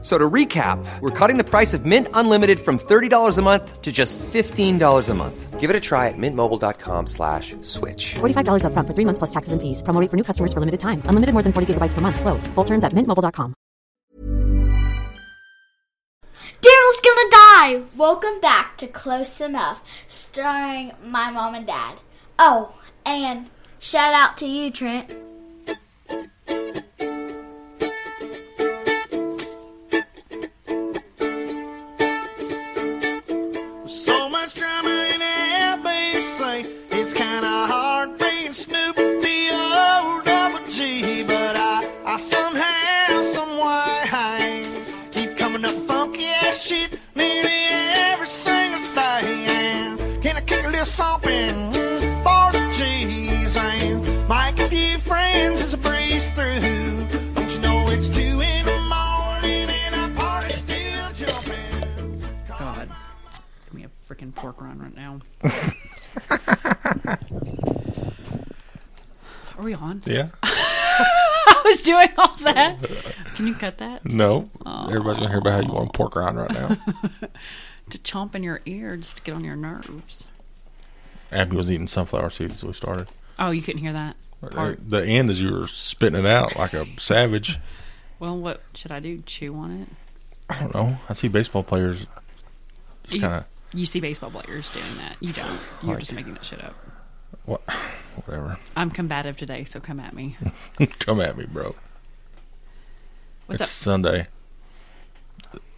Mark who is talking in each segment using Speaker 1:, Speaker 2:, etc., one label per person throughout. Speaker 1: So to recap, we're cutting the price of Mint Unlimited from $30 a month to just $15 a month. Give it a try at mintmobile.com slash switch.
Speaker 2: $45 upfront for three months plus taxes and fees. Promo rate for new customers for limited time. Unlimited more than 40 gigabytes per month. Slows. Full terms at mintmobile.com.
Speaker 3: Daryl's gonna die! Welcome back to Close Enough, starring my mom and dad. Oh, and shout out to you, Trent.
Speaker 4: So much drama in ABC. It's kinda hard being Snoop D-O double G. But I, I somehow, someway, keep coming up with funky ass shit nearly every single day. And Can I kick a little something for the G's? And Make a few friends as a breeze through. Don't you know it's two in the morning and our party's still jumping?
Speaker 5: God. Give me a freaking pork rind right now. Are we on?
Speaker 6: Yeah.
Speaker 5: I was doing all that. Can you cut that?
Speaker 6: No. Everybody's gonna hear about how you want pork rind right now.
Speaker 5: To chomp in your ear just to get on your nerves.
Speaker 6: Abby was eating sunflower seeds as we started.
Speaker 5: Oh, you couldn't hear that part.
Speaker 6: The end is you were spitting it out like a savage.
Speaker 5: Well, what should I do? Chew on it?
Speaker 6: I don't know. I see baseball players just
Speaker 5: You-
Speaker 6: kind of
Speaker 5: You see baseball players doing that. You don't. You're just making that shit up.
Speaker 6: what, whatever.
Speaker 5: I'm combative today, so come at me.
Speaker 6: Come at me, bro.
Speaker 5: What's
Speaker 6: it's
Speaker 5: up?
Speaker 6: Sunday.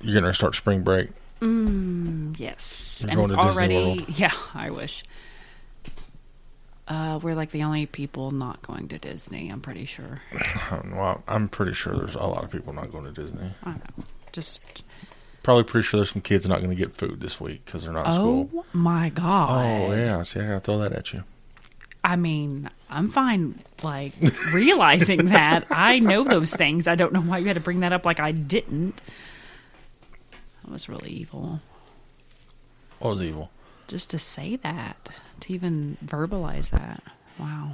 Speaker 6: You're gonna start spring break.
Speaker 5: Yes,
Speaker 6: We're
Speaker 5: and
Speaker 6: going
Speaker 5: it's
Speaker 6: to Disney
Speaker 5: already
Speaker 6: World.
Speaker 5: yeah. I wish. Uh, we're like the only people not going to Disney. I'm pretty sure.
Speaker 6: I don't know. I- I'm pretty sure there's a lot of people not going to Disney.
Speaker 5: I don't know. Just
Speaker 6: Probably pretty sure there's some kids not going to get food this week because they're not in
Speaker 5: oh
Speaker 6: school.
Speaker 5: my god!
Speaker 6: Oh yeah. See, I gotta throw that at you.
Speaker 5: I mean, I'm fine. Like realizing that I know those things. I don't know why you had to bring that up. Like I didn't. That was really evil.
Speaker 6: What was evil?
Speaker 5: Just to say that, to even verbalize that. Wow.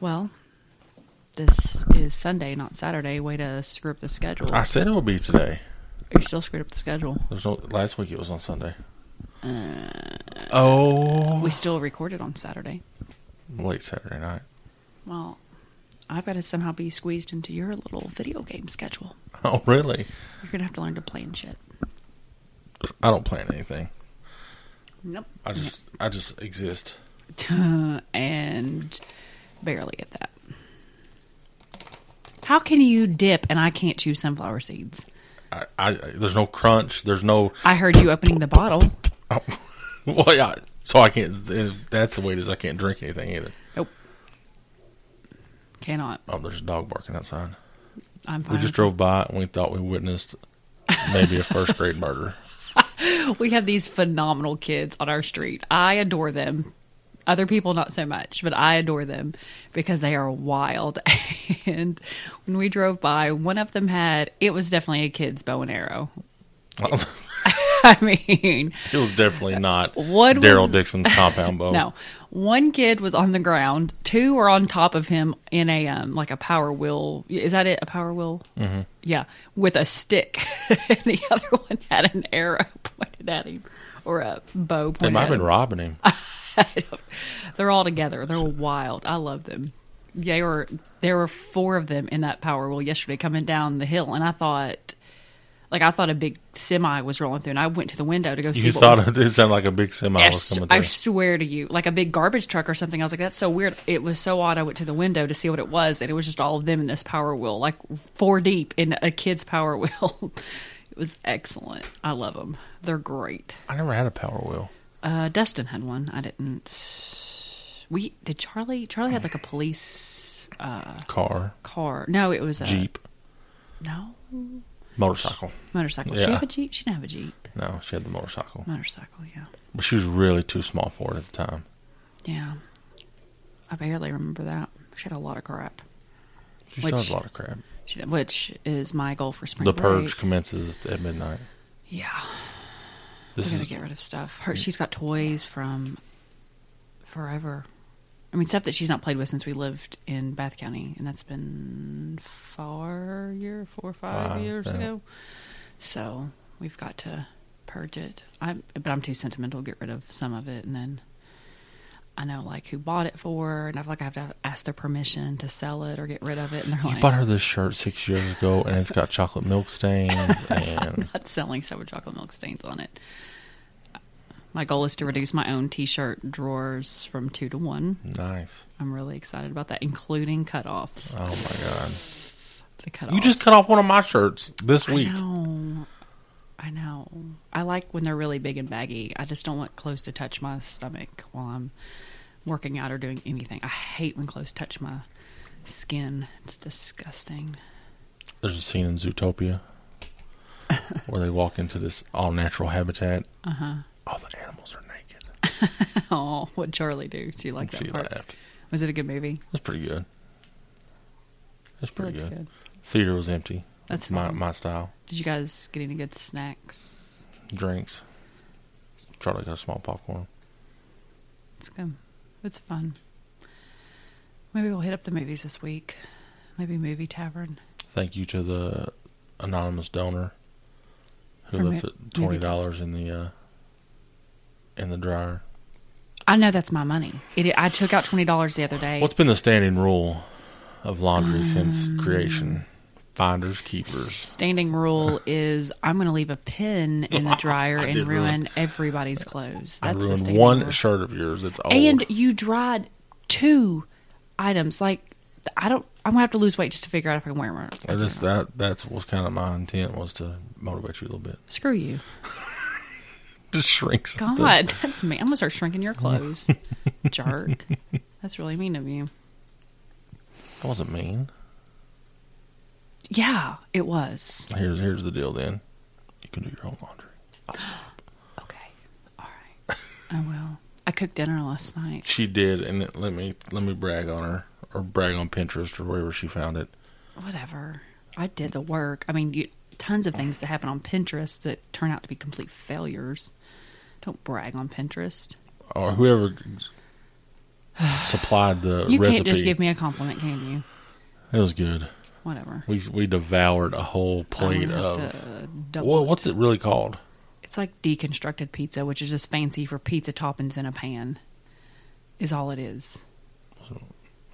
Speaker 5: Well, this is Sunday, not Saturday. Way to screw up the schedule.
Speaker 6: I said it would be today.
Speaker 5: You're still screwed up the schedule.
Speaker 6: There's no last week. It was on Sunday.
Speaker 5: Uh,
Speaker 6: oh,
Speaker 5: We still recorded on Saturday.
Speaker 6: late Saturday night.
Speaker 5: Well, I've got to somehow be squeezed into your little video game schedule.
Speaker 6: Oh, really?
Speaker 5: You're gonna have to learn to play and shit.
Speaker 6: I don't plan anything.
Speaker 5: Nope.
Speaker 6: I just, I just exist.
Speaker 5: and barely at that. How can you dip and I can't chew sunflower seeds?
Speaker 6: I, I there's no crunch. There's no.
Speaker 5: I heard you opening the bottle.
Speaker 6: Oh, well, yeah. So I can't. That's the way it is. I can't drink anything either.
Speaker 5: Nope. Cannot.
Speaker 6: Oh, there's a dog barking outside.
Speaker 5: I'm fine.
Speaker 6: We just drove by and we thought we witnessed maybe a first grade murder.
Speaker 5: We have these phenomenal kids on our street. I adore them. Other people, not so much, but I adore them because they are wild. And when we drove by, one of them had, it was definitely a kid's bow and arrow. I mean,
Speaker 6: It was definitely not
Speaker 5: What was-
Speaker 6: Daryl Dixon's compound bow.
Speaker 5: no. One kid was on the ground, two were on top of him in a, um, like a power wheel. Is that it? A power wheel? Mm-hmm. Yeah. With a stick. and the other one had an arrow pointed at him or a bow pointed
Speaker 6: They might
Speaker 5: at
Speaker 6: have
Speaker 5: him.
Speaker 6: been robbing him.
Speaker 5: They're all together. They're wild. I love them. They were there were four of them in that power wheel yesterday coming down the hill, and I thought, like I thought a big semi was rolling through, and I went to the window to go see.
Speaker 6: You
Speaker 5: what
Speaker 6: thought
Speaker 5: was,
Speaker 6: it, it sounded like a big semi
Speaker 5: I,
Speaker 6: was
Speaker 5: s-
Speaker 6: coming
Speaker 5: I
Speaker 6: through.
Speaker 5: swear to you, like a big garbage truck or something. I was like, that's so weird. It was so odd. I went to the window to see what it was, and it was just all of them in this power wheel, like four deep in a kid's power wheel. it was excellent. I love them. They're great.
Speaker 6: I never had a power wheel.
Speaker 5: Uh, Dustin had one. I didn't. We did Charlie. Charlie had like a police
Speaker 6: Car,
Speaker 5: car. No, it was a
Speaker 6: Jeep,
Speaker 5: No,
Speaker 6: motorcycle.
Speaker 5: motorcycle. She
Speaker 6: Yeah.
Speaker 5: have a jeep. She didn't have a jeep.
Speaker 6: No, she had the motorcycle.
Speaker 5: Motorcycle. Yeah,
Speaker 6: But she was really too small for it at the time.
Speaker 5: yeah. I barely remember that. She had a lot of crap.
Speaker 6: She
Speaker 5: Which-
Speaker 6: still has a lot of crap.
Speaker 5: She- Which is my goal for spring
Speaker 6: The
Speaker 5: break.
Speaker 6: purge commences at midnight.
Speaker 5: Yeah,
Speaker 6: This
Speaker 5: we're gonna
Speaker 6: is
Speaker 5: get rid of stuff. Her, she's got toys from forever. I mean, stuff that she's not played with since we lived in Bath County, and that's been four year, four or five
Speaker 6: Five,
Speaker 5: years
Speaker 6: yeah.
Speaker 5: ago. So we've got to purge it. I'm, but I'm too sentimental to get rid of some of it, and then I know like who bought it for, and I feel like I have to ask their permission to sell it or get rid of it, and they're
Speaker 6: you
Speaker 5: like,
Speaker 6: bought her this shirt six years ago, and it's got chocolate milk stains. And
Speaker 5: not selling stuff with chocolate milk stains on it. My goal is to reduce my own T-shirt drawers from two to one.
Speaker 6: nice.
Speaker 5: I'm really excited about that, including cutoffs.
Speaker 6: Oh my god!
Speaker 5: The cutoffs.
Speaker 6: You just cut off one of my shirts this week.
Speaker 5: I know. I know. I like when they're really big and baggy. I just don't want clothes to touch my stomach while I'm working out or doing anything. I hate when clothes touch my skin. It's disgusting.
Speaker 6: There's a scene in Zootopia where they walk into this all natural habitat.
Speaker 5: Uh-huh.
Speaker 6: All the animals are naked.
Speaker 5: Oh, what Charlie do? She liked that
Speaker 6: she
Speaker 5: part.
Speaker 6: laughed.
Speaker 5: Was it a good movie?
Speaker 6: That's pretty good. That's pretty
Speaker 5: looks
Speaker 6: good.
Speaker 5: good.
Speaker 6: Theater was empty.
Speaker 5: That's
Speaker 6: my
Speaker 5: fine.
Speaker 6: my style.
Speaker 5: Did you guys get any good snacks?
Speaker 6: Drinks. Charlie got a small popcorn.
Speaker 5: It's good. It's fun. Maybe we'll hit up the movies this week. Maybe Movie Tavern.
Speaker 6: Thank you to the anonymous donor who
Speaker 5: For
Speaker 6: left
Speaker 5: mo-
Speaker 6: it twenty dollars in the uh, in the dryer.
Speaker 5: I know that's my money. It, I took out twenty dollars the other day.
Speaker 6: What's been the standing rule of laundry
Speaker 5: Um,
Speaker 6: since creation? Finders keepers.
Speaker 5: Standing rule is I'm going to leave a pin in the dryer
Speaker 6: I
Speaker 5: and
Speaker 6: did
Speaker 5: ruin,
Speaker 6: ruin-
Speaker 5: everybody's clothes. That's
Speaker 6: I
Speaker 5: the
Speaker 6: ruined
Speaker 5: standing
Speaker 6: one
Speaker 5: rule.
Speaker 6: shirt of yours. That's old.
Speaker 5: And you dried two items. Like th- I don't. I'm gonna have to lose weight just to figure out if I can wear them. Or not.
Speaker 6: And this, that that's was kind of my intent was to motivate you a little bit.
Speaker 5: Screw you,
Speaker 6: Just shrink. something.
Speaker 5: God. That's me. I'm gonna start shrinking your clothes, jerk. That's really mean of you.
Speaker 6: That wasn't mean.
Speaker 5: Yeah, it was.
Speaker 6: Here's here's the deal. Then you can do your own laundry.
Speaker 5: Okay. All right. I will. I cooked dinner last night.
Speaker 6: She did, and it- let me let me brag on her or brag on Pinterest or wherever she found it.
Speaker 5: Whatever. I did the work. I mean, you, tons of things that happen on Pinterest that turn out to be complete failures. Don't brag on Pinterest.
Speaker 6: or whoever supplied the
Speaker 5: You
Speaker 6: recipe.
Speaker 5: can't just give me a compliment, can you?
Speaker 6: it was good.
Speaker 5: Whatever.
Speaker 6: We we devoured a whole
Speaker 5: I'm gonna
Speaker 6: plate
Speaker 5: have
Speaker 6: of
Speaker 5: to double
Speaker 6: what,
Speaker 5: it.
Speaker 6: what's it really called?
Speaker 5: It's like deconstructed pizza, which is just fancy for pizza toppings in a pan. Is all it is.
Speaker 6: It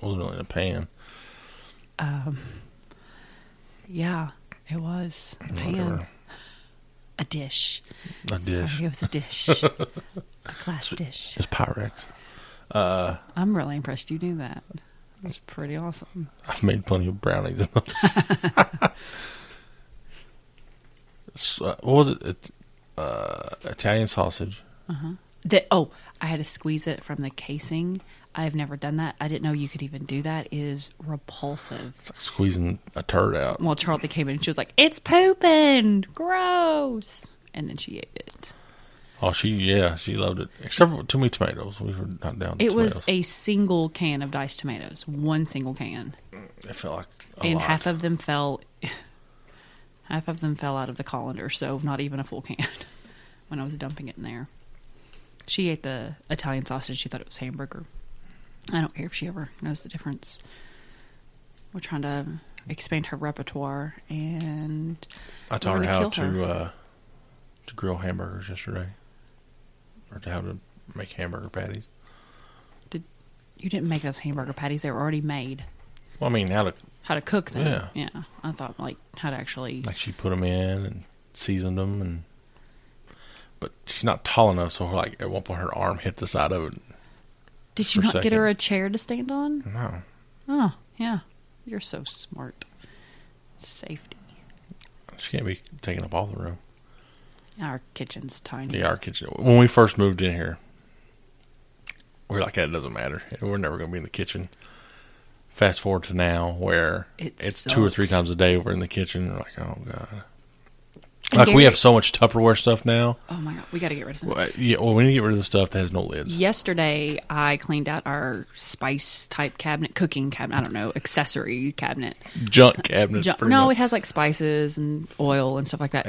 Speaker 6: wasn't really in a pan.
Speaker 5: Yeah, it was a pan,
Speaker 6: Whatever.
Speaker 5: a dish.
Speaker 6: A dish.
Speaker 5: Sorry, Oh, it was a dish, a glass dish.
Speaker 6: It's Pyrex.
Speaker 5: I'm really impressed you knew that. It was pretty awesome.
Speaker 6: I've made plenty of brownies in those. So, uh, what was it? It- uh, Italian sausage.
Speaker 5: That oh, I had to squeeze it from the casing. I've never done that. I didn't know you could even do that. It Is repulsive.
Speaker 6: It's like squeezing a turd out.
Speaker 5: Well, Charlie came in and she was like, "It's pooping, gross," and then she ate it.
Speaker 6: Oh, she yeah, she loved it. Except for too many tomatoes. We were not down. To
Speaker 5: It
Speaker 6: tomatoes.
Speaker 5: was a single can of diced tomatoes, one single can,
Speaker 6: It felt like a
Speaker 5: and
Speaker 6: lot.
Speaker 5: half of them fell. Half of them fell out of the colander, so not even a full can. When I was dumping it in there, she ate the Italian sausage. She thought it was hamburger. I don't care if she ever knows the difference. We're trying to expand her repertoire, and
Speaker 6: I taught her
Speaker 5: We're
Speaker 6: how
Speaker 5: gonna
Speaker 6: to
Speaker 5: kill her.
Speaker 6: Uh, to grill hamburgers yesterday, or to how to make hamburger patties.
Speaker 5: did you didn't make those hamburger patties? They were already made.
Speaker 6: Well, I mean how to
Speaker 5: How to cook them?
Speaker 6: Yeah.
Speaker 5: yeah. I thought like how to actually.
Speaker 6: like she put them in and seasoned them, and but she's not tall enough, so like at one point her arm hit the side of it.
Speaker 5: Did you
Speaker 6: for
Speaker 5: not get her
Speaker 6: second.
Speaker 5: a chair to stand on?
Speaker 6: No,
Speaker 5: Oh, yeah. You're so smart. Safety.
Speaker 6: she can't be taking up all the room.
Speaker 5: Our kitchen's tiny.
Speaker 6: Yeah, our kitchen. When we first moved in here, we were like, "That doesn't matter. We're never going to be in the kitchen." Fast forward to now, where
Speaker 5: It
Speaker 6: it's two or three
Speaker 5: sucks.
Speaker 6: times a day we're in the kitchen. We're like, "Oh God!"
Speaker 5: And
Speaker 6: Like we
Speaker 5: Gary-
Speaker 6: have so much Tupperware stuff now.
Speaker 5: Oh my god, we got to get rid of some.
Speaker 6: Well, yeah, well, we need to get rid of the stuff that has no lids.
Speaker 5: Yesterday, I cleaned out our spice type cabinet, cooking cabinet. I don't know, accessory cabinet.
Speaker 6: Junk cabinet.
Speaker 5: Ju-
Speaker 6: pretty
Speaker 5: no,
Speaker 6: much.
Speaker 5: it has like spices and oil and stuff like that.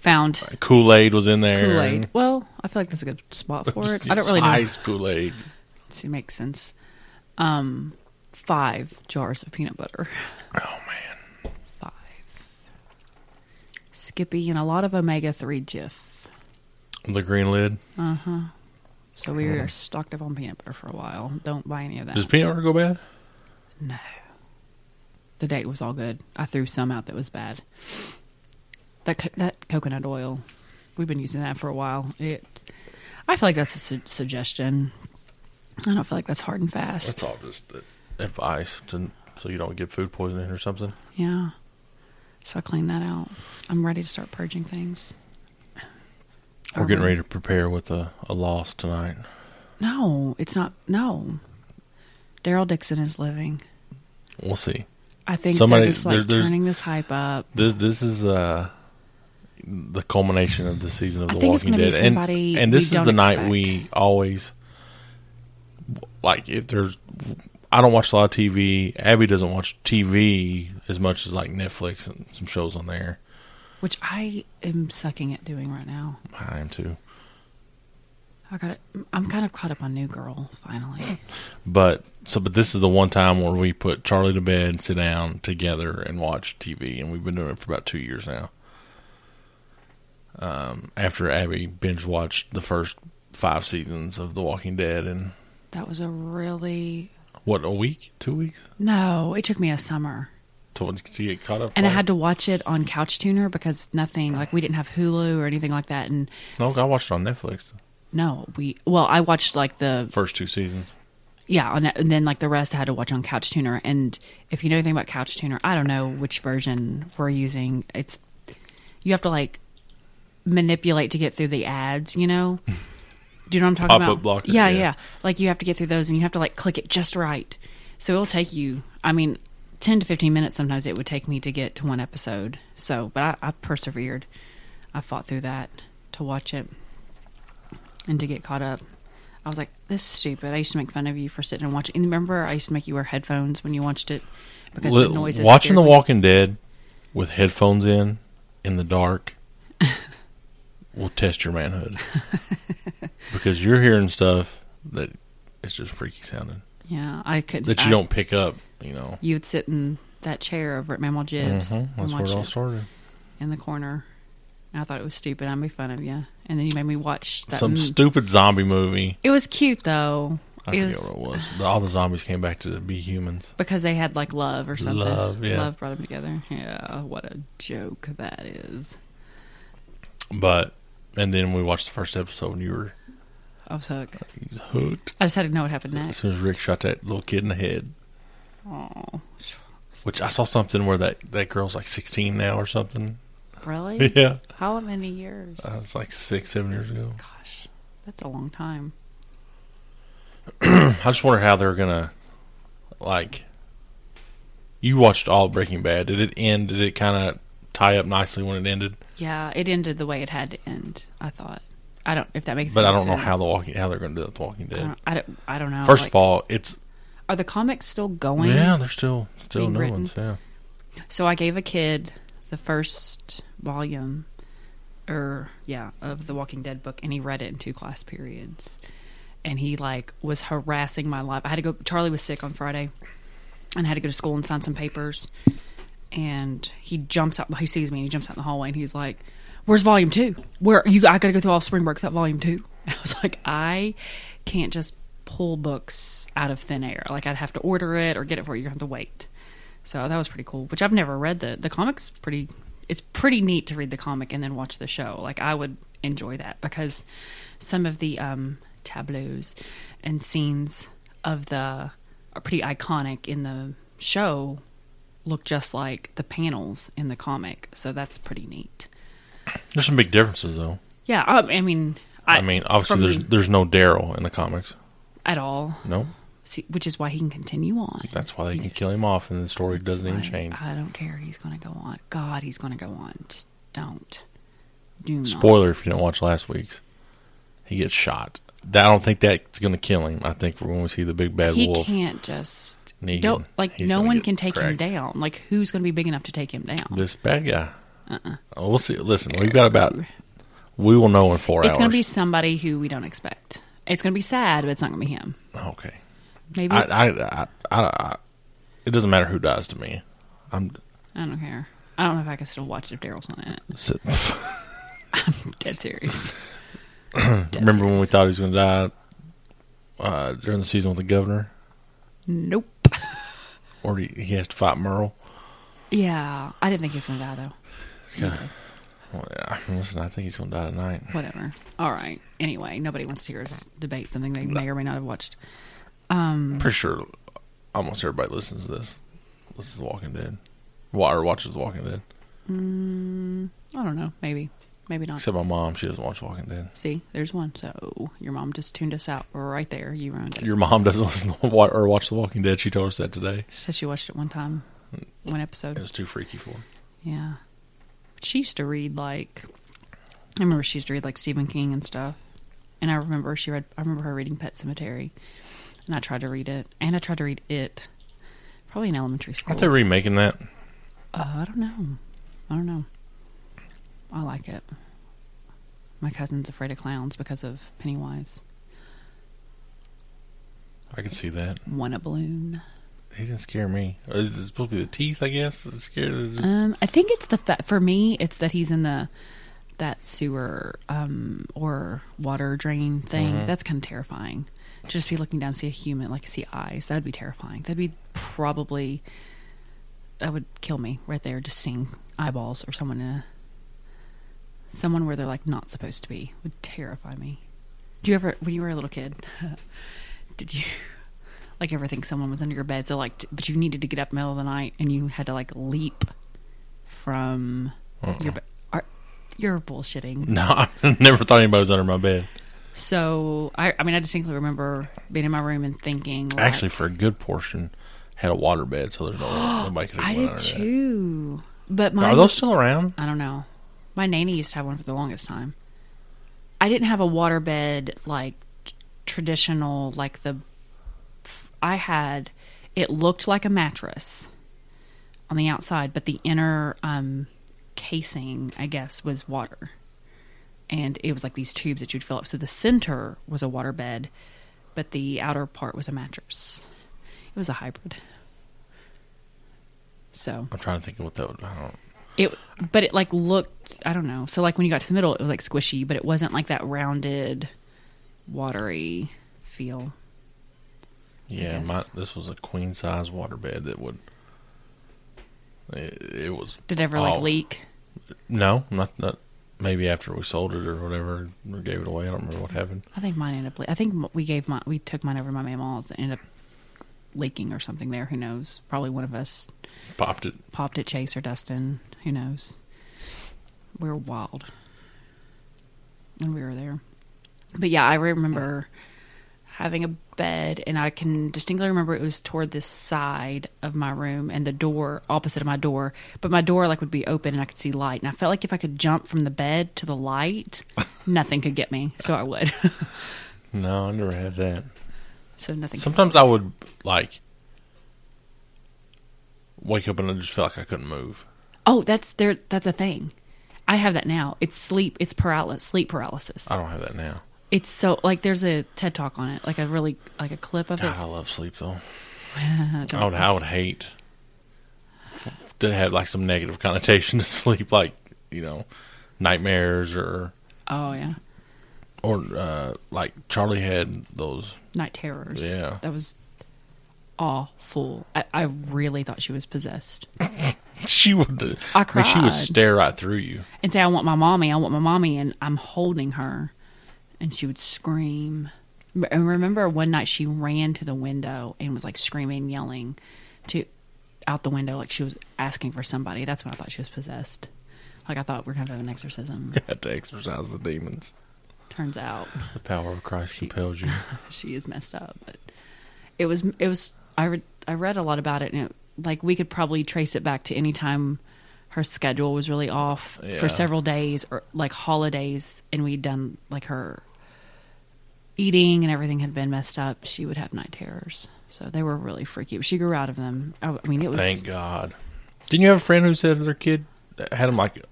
Speaker 5: Found
Speaker 6: Kool Aid was in there.
Speaker 5: Kool Aid. Well, I feel like that's a good spot for it. I don't really know.
Speaker 6: Ice Kool Aid.
Speaker 5: to make sense. Um, five jars of peanut butter.
Speaker 6: Oh man,
Speaker 5: Five. Skippy and a lot of omega three GIF.
Speaker 6: the green lid.
Speaker 5: So we were stocked up on peanut butter for a while. Don't buy any of that.
Speaker 6: Does peanut butter go bad?
Speaker 5: no. The date was all good. I threw some out that was bad. That co- that coconut oil, we've been using that for a while. It, I feel like that's a su- suggestion. I don't feel like that's hard and fast.
Speaker 6: That's all just uh, advice to, so you don't get food poisoning or something.
Speaker 5: Yeah. So I cleaned that out. I'm ready to start purging things.
Speaker 6: We're getting
Speaker 5: we?
Speaker 6: ready to prepare with a, a loss tonight.
Speaker 5: No, it's not. No. Daryl Dixon is living.
Speaker 6: We'll see.
Speaker 5: I think
Speaker 6: Somebody-
Speaker 5: they're just like
Speaker 6: there- there's-
Speaker 5: turning this hype up.
Speaker 6: This this is uh the culmination of the season of
Speaker 5: I
Speaker 6: The
Speaker 5: think it's
Speaker 6: Walking
Speaker 5: gonna be
Speaker 6: Dead, and
Speaker 5: somebody
Speaker 6: and this is
Speaker 5: we
Speaker 6: the
Speaker 5: don't
Speaker 6: night
Speaker 5: expect.
Speaker 6: we always like if there's. I don't watch a lot of TV. Abby doesn't watch TV as much as like Netflix and some shows on there.
Speaker 5: Which I am sucking at doing right now.
Speaker 6: I am too.
Speaker 5: I got it. I'm kind of caught up on New Girl finally.
Speaker 6: But so, but this is the one time where we put Charlie to bed, sit down together, and watch TV, and we've been doing it for about two years now. Um, after Abby binge watched the first five seasons of The Walking Dead in
Speaker 5: That was a really
Speaker 6: what a week, two weeks
Speaker 5: no. It took me a summer,
Speaker 6: to, to get caught up,
Speaker 5: and I had to watch it on Couch Tuner because nothing like we didn't have Hulu or anything like that. And
Speaker 6: No, I watched it on Netflix
Speaker 5: no, we well, I watched like the
Speaker 6: first two seasons.
Speaker 5: yeah, on that, and then like the rest I had to watch on Couch Tuner. And if you know anything about Couch Tuner, I don't know which version we're using. It's you have to like manipulate to get through the ads, you know. Do you know what I'm talking
Speaker 6: Pop-up
Speaker 5: about?
Speaker 6: blocker,
Speaker 5: yeah,
Speaker 6: yeah.
Speaker 5: yeah, Like you have to get through those, and you have to like click it just right. So it'll take you. I mean, ten to fifteen minutes. Sometimes it would take me to get to one episode. So, but I, I persevered. I fought through that to watch it and to get caught up. I was like, "This is stupid." I used to make fun of you for sitting and watching. And remember, I used to make you wear headphones when you watched it because
Speaker 6: Li-
Speaker 5: the noises.
Speaker 6: watching
Speaker 5: scared
Speaker 6: The
Speaker 5: me.
Speaker 6: Walking Dead with headphones in in the dark will test your manhood because you're hearing stuff that it's just freaky sounding
Speaker 5: Yeah, I could.
Speaker 6: that you
Speaker 5: I-
Speaker 6: don't pick up. You know,
Speaker 5: You would sit in that chair over at Mammal Jibs
Speaker 6: Mhm,
Speaker 5: and
Speaker 6: that's where
Speaker 5: watch
Speaker 6: it all
Speaker 5: it
Speaker 6: started.
Speaker 5: in the corner. And I thought it was stupid. I made fun of you, and then you made me watch that.
Speaker 6: Some
Speaker 5: m-
Speaker 6: stupid zombie movie.
Speaker 5: it was cute though.
Speaker 6: I
Speaker 5: it
Speaker 6: forget
Speaker 5: was
Speaker 6: what it was. The- All the zombies came back to be humans.
Speaker 5: because they had like love or something.
Speaker 6: Love, yeah.
Speaker 5: Love brought them together. Yeah, what a joke that is.
Speaker 6: But and then we watched the first episode and you were
Speaker 5: I was hooked.
Speaker 6: you was hooked.
Speaker 5: I just had to know what happened
Speaker 6: As
Speaker 5: next.
Speaker 6: soon as Rick shot that little kid in the head,
Speaker 5: Oh,
Speaker 6: which I saw something where that that girl's like 16 now or something.
Speaker 5: really?
Speaker 6: Yeah.
Speaker 5: How many years?
Speaker 6: Uh, it's like six, seven years ago.
Speaker 5: Gosh, that's a long time.
Speaker 6: I just wonder how they're gonna like. You watched all Breaking Bad. Did it end? Did it kind of tie up nicely when it ended?
Speaker 5: Yeah, it ended the way it had to end. I thought. I don't if that makes.
Speaker 6: But
Speaker 5: any
Speaker 6: I don't know
Speaker 5: sense.
Speaker 6: how the Walking how they're gonna do it with The Walking
Speaker 5: I
Speaker 6: Dead.
Speaker 5: don't, Uh, I don't. I don't know.
Speaker 6: First
Speaker 5: like-
Speaker 6: of all, it's
Speaker 5: are the comics still going?
Speaker 6: yeah, they're still still
Speaker 5: being
Speaker 6: new
Speaker 5: written.
Speaker 6: ones. Yeah,
Speaker 5: So I gave a kid the first volume, or yeah, of the Walking Dead book, and he read it in two class periods. And he like was harassing my life. I had to go. Charlie was sick on Friday, and I had to go to school and sign some papers. And he jumps out. He sees me and he jumps out in the hallway and he's like, "Where's volume two? Where you? I got to go through all of spring break without volume two. And I was like, I can't just pull books out of thin air. Like I'd have to order it or get it for you. You have to wait. So that was pretty cool. Which I've never read the the comics. Pretty, it's pretty neat to read the comic and then watch the show. Like I would enjoy that because some of the um, tableaus and scenes of the are pretty iconic in the show. Look just like the panels in the comic, so that's pretty neat.
Speaker 6: there's some big differences though.
Speaker 5: Yeah, I, I mean, I,
Speaker 6: I, mean, obviously
Speaker 5: from-
Speaker 6: there's there's no Daryl in the comics.
Speaker 5: at all,
Speaker 6: No,
Speaker 5: See, which is why he can continue on.
Speaker 6: that's why they can kill him off, and the story doesn't even
Speaker 5: Like,
Speaker 6: change.
Speaker 5: I don't care. He's going to go on. God, he's going to go on. Just don't. Do not.
Speaker 6: Spoiler if you didn't watch last week's. He gets shot. That- I don't think that's going to kill him. I think we're going to see the big bad
Speaker 5: He
Speaker 6: wolf.
Speaker 5: can't just.
Speaker 6: Negan.
Speaker 5: Don't like
Speaker 6: He's
Speaker 5: no
Speaker 6: gonna
Speaker 5: one
Speaker 6: get
Speaker 5: can take him
Speaker 6: cracked.
Speaker 5: down. Like who's going to be big enough to take him down?
Speaker 6: This bad guy.
Speaker 5: Uh-uh.
Speaker 6: Oh, we'll see. Listen, we've got about. We will know in four
Speaker 5: It's going
Speaker 6: hours.
Speaker 5: to be somebody who we don't expect. It's going to be sad, but it's not going to be him.
Speaker 6: okay.
Speaker 5: Maybe
Speaker 6: I,
Speaker 5: it's, I,
Speaker 6: I, I, I, I, it doesn't matter who dies to me. I'm.
Speaker 5: don't care. I don't know if I can still watch it if Daryl's not in it. Dead serious. Dead
Speaker 6: Remember when we
Speaker 5: serious.
Speaker 6: thought he was going to die uh, during the season with the governor,
Speaker 5: Nope.
Speaker 6: or he, he has to fight Merle?
Speaker 5: Yeah, I didn't think he was going to die though.
Speaker 6: Well, yeah, listen, I think he's going to die tonight.
Speaker 5: Whatever. All right. Anyway, nobody wants to hear us debate something they may or may not have watched.
Speaker 6: pretty sure almost everybody listens to this. Listens to Walking Dead, Wa- or watches Walking Dead.
Speaker 5: I don't know. Maybe. Maybe not.
Speaker 6: Except my mom, she doesn't watch Walking Dead.
Speaker 5: See, there's one. So your mom just tuned us out right there. You ruined it.
Speaker 6: Your mom doesn't listen to wa- or watch The Walking Dead. She told us that today.
Speaker 5: She said she watched it one time, one episode.
Speaker 6: It was too freaky for her.
Speaker 5: Yeah. She used to read like I remember she used to read like Stephen King and stuff. And I remember she read I remember her reading Pet Cemetery. And I tried to read it. And I tried to read it. Probably in elementary school.
Speaker 6: Aren't they remaking that?
Speaker 5: uh, I don't know. I don't know. I like it. My cousin's afraid of clowns because of Pennywise.
Speaker 6: I can see that.
Speaker 5: Won a balloon.
Speaker 6: He didn't scare me. Uh, Is it supposed to be the teeth? I guess that scared. it's just-
Speaker 5: Um, I think it's the fa- for me. It's that he's in the that sewer um, or water drain thing.
Speaker 6: Mm-hmm.
Speaker 5: That's kind of terrifying. To just be looking down, and see a human, like see eyes. That'd be terrifying. That'd be probably that would kill me right there. Just seeing eyeballs or someone in a someone where they're like not supposed to be would terrify me. Do you ever, when you were a little kid, did you like ever think someone was under your bed? So like, t- but you needed to get up middle of the night and you had to like leap from
Speaker 6: Uh-uh.
Speaker 5: your bed. Are- You're bullshitting.
Speaker 6: no, I never thought anybody was under my bed.
Speaker 5: So I, I mean, I distinctly remember being in my room and thinking. Like,
Speaker 6: Actually, for a good portion, had a water bed, so there's no nobody could
Speaker 5: I
Speaker 6: have went
Speaker 5: did
Speaker 6: under that.
Speaker 5: too. But mine
Speaker 6: Are
Speaker 5: was-
Speaker 6: those still around?
Speaker 5: I don't know. My nanny used to have one for the longest time. I didn't have a waterbed like t- traditional like the I had it looked like a mattress on the outside, but the inner um casing, I guess, was water. And it was like these tubes that you'd fill up. So the center was a waterbed, but the outer part was a mattress. It was a hybrid. So
Speaker 6: I'm trying to think of what that would. I don't.
Speaker 5: it, but it like looked. I don't know. So like when you got to the middle, it was like squishy, but it wasn't like that rounded, watery feel.
Speaker 6: Yeah,
Speaker 5: guess.
Speaker 6: my this was a queen size waterbed that would. It, it was.
Speaker 5: Did it ever like
Speaker 6: Oh.
Speaker 5: leak?
Speaker 6: No, not not. Maybe after we sold it or whatever, or gave it away. I don't remember what happened.
Speaker 5: I think mine ended up. Le- I think m- we gave my we took mine over to my mom's and ended up leaking or something there. Who knows? Probably one of us
Speaker 6: Popped it.
Speaker 5: popped it, Chase or Dustin. Who knows? We were wild when we were there. But yeah, I remember having a bed, and I can distinctly remember it was toward this side of my room and the door opposite of my door. But my door like would be open, and I could see light, and I felt like if I could jump from the bed to the light, nothing could get me. So I would.
Speaker 6: No, I never had that.
Speaker 5: so nothing.
Speaker 6: Sometimes I would like wake up and I just felt like I couldn't move.
Speaker 5: oh, that's there. That's a thing. I have that now. It's sleep. It's paralysis. Sleep paralysis.
Speaker 6: I don't have that now.
Speaker 5: It's so like there's a TED talk on it, like a really like a clip of
Speaker 6: God, I
Speaker 5: it.
Speaker 6: love sleep though.
Speaker 5: Uh,
Speaker 6: I would, I would hate to have like some negative connotation to sleep, like you know, nightmares or
Speaker 5: Oh yeah,
Speaker 6: or uh, like Charlie had those.
Speaker 5: night terrors.
Speaker 6: Yeah.
Speaker 5: that was awful. I, I really thought she was possessed.
Speaker 6: She would. uh,
Speaker 5: I
Speaker 6: mean, she
Speaker 5: cried.
Speaker 6: would stare right through you.
Speaker 5: And say, I want my mommy. I want my mommy, and I'm holding her, and she would scream. And remember one night she ran to the window and was like screaming, yelling, to out the window like she was asking for somebody. That's when I thought she was possessed. Like I thought we are gonna do an exorcism.
Speaker 6: Had to exercise the demons.
Speaker 5: Turns out.
Speaker 6: The power of Christ compels you.
Speaker 5: she is messed up. But it was it was I re- I read a lot about it, and it, like we could probably trace it back to any time her schedule was really off
Speaker 6: Yeah.
Speaker 5: for several days or like holidays and we'd done like her eating and everything had been messed up, she would have night terrors. So they were really freaky. But she grew out of them. Oh, I, I mean, it was
Speaker 6: Thank God. Didn't you have a friend who said their kid had them like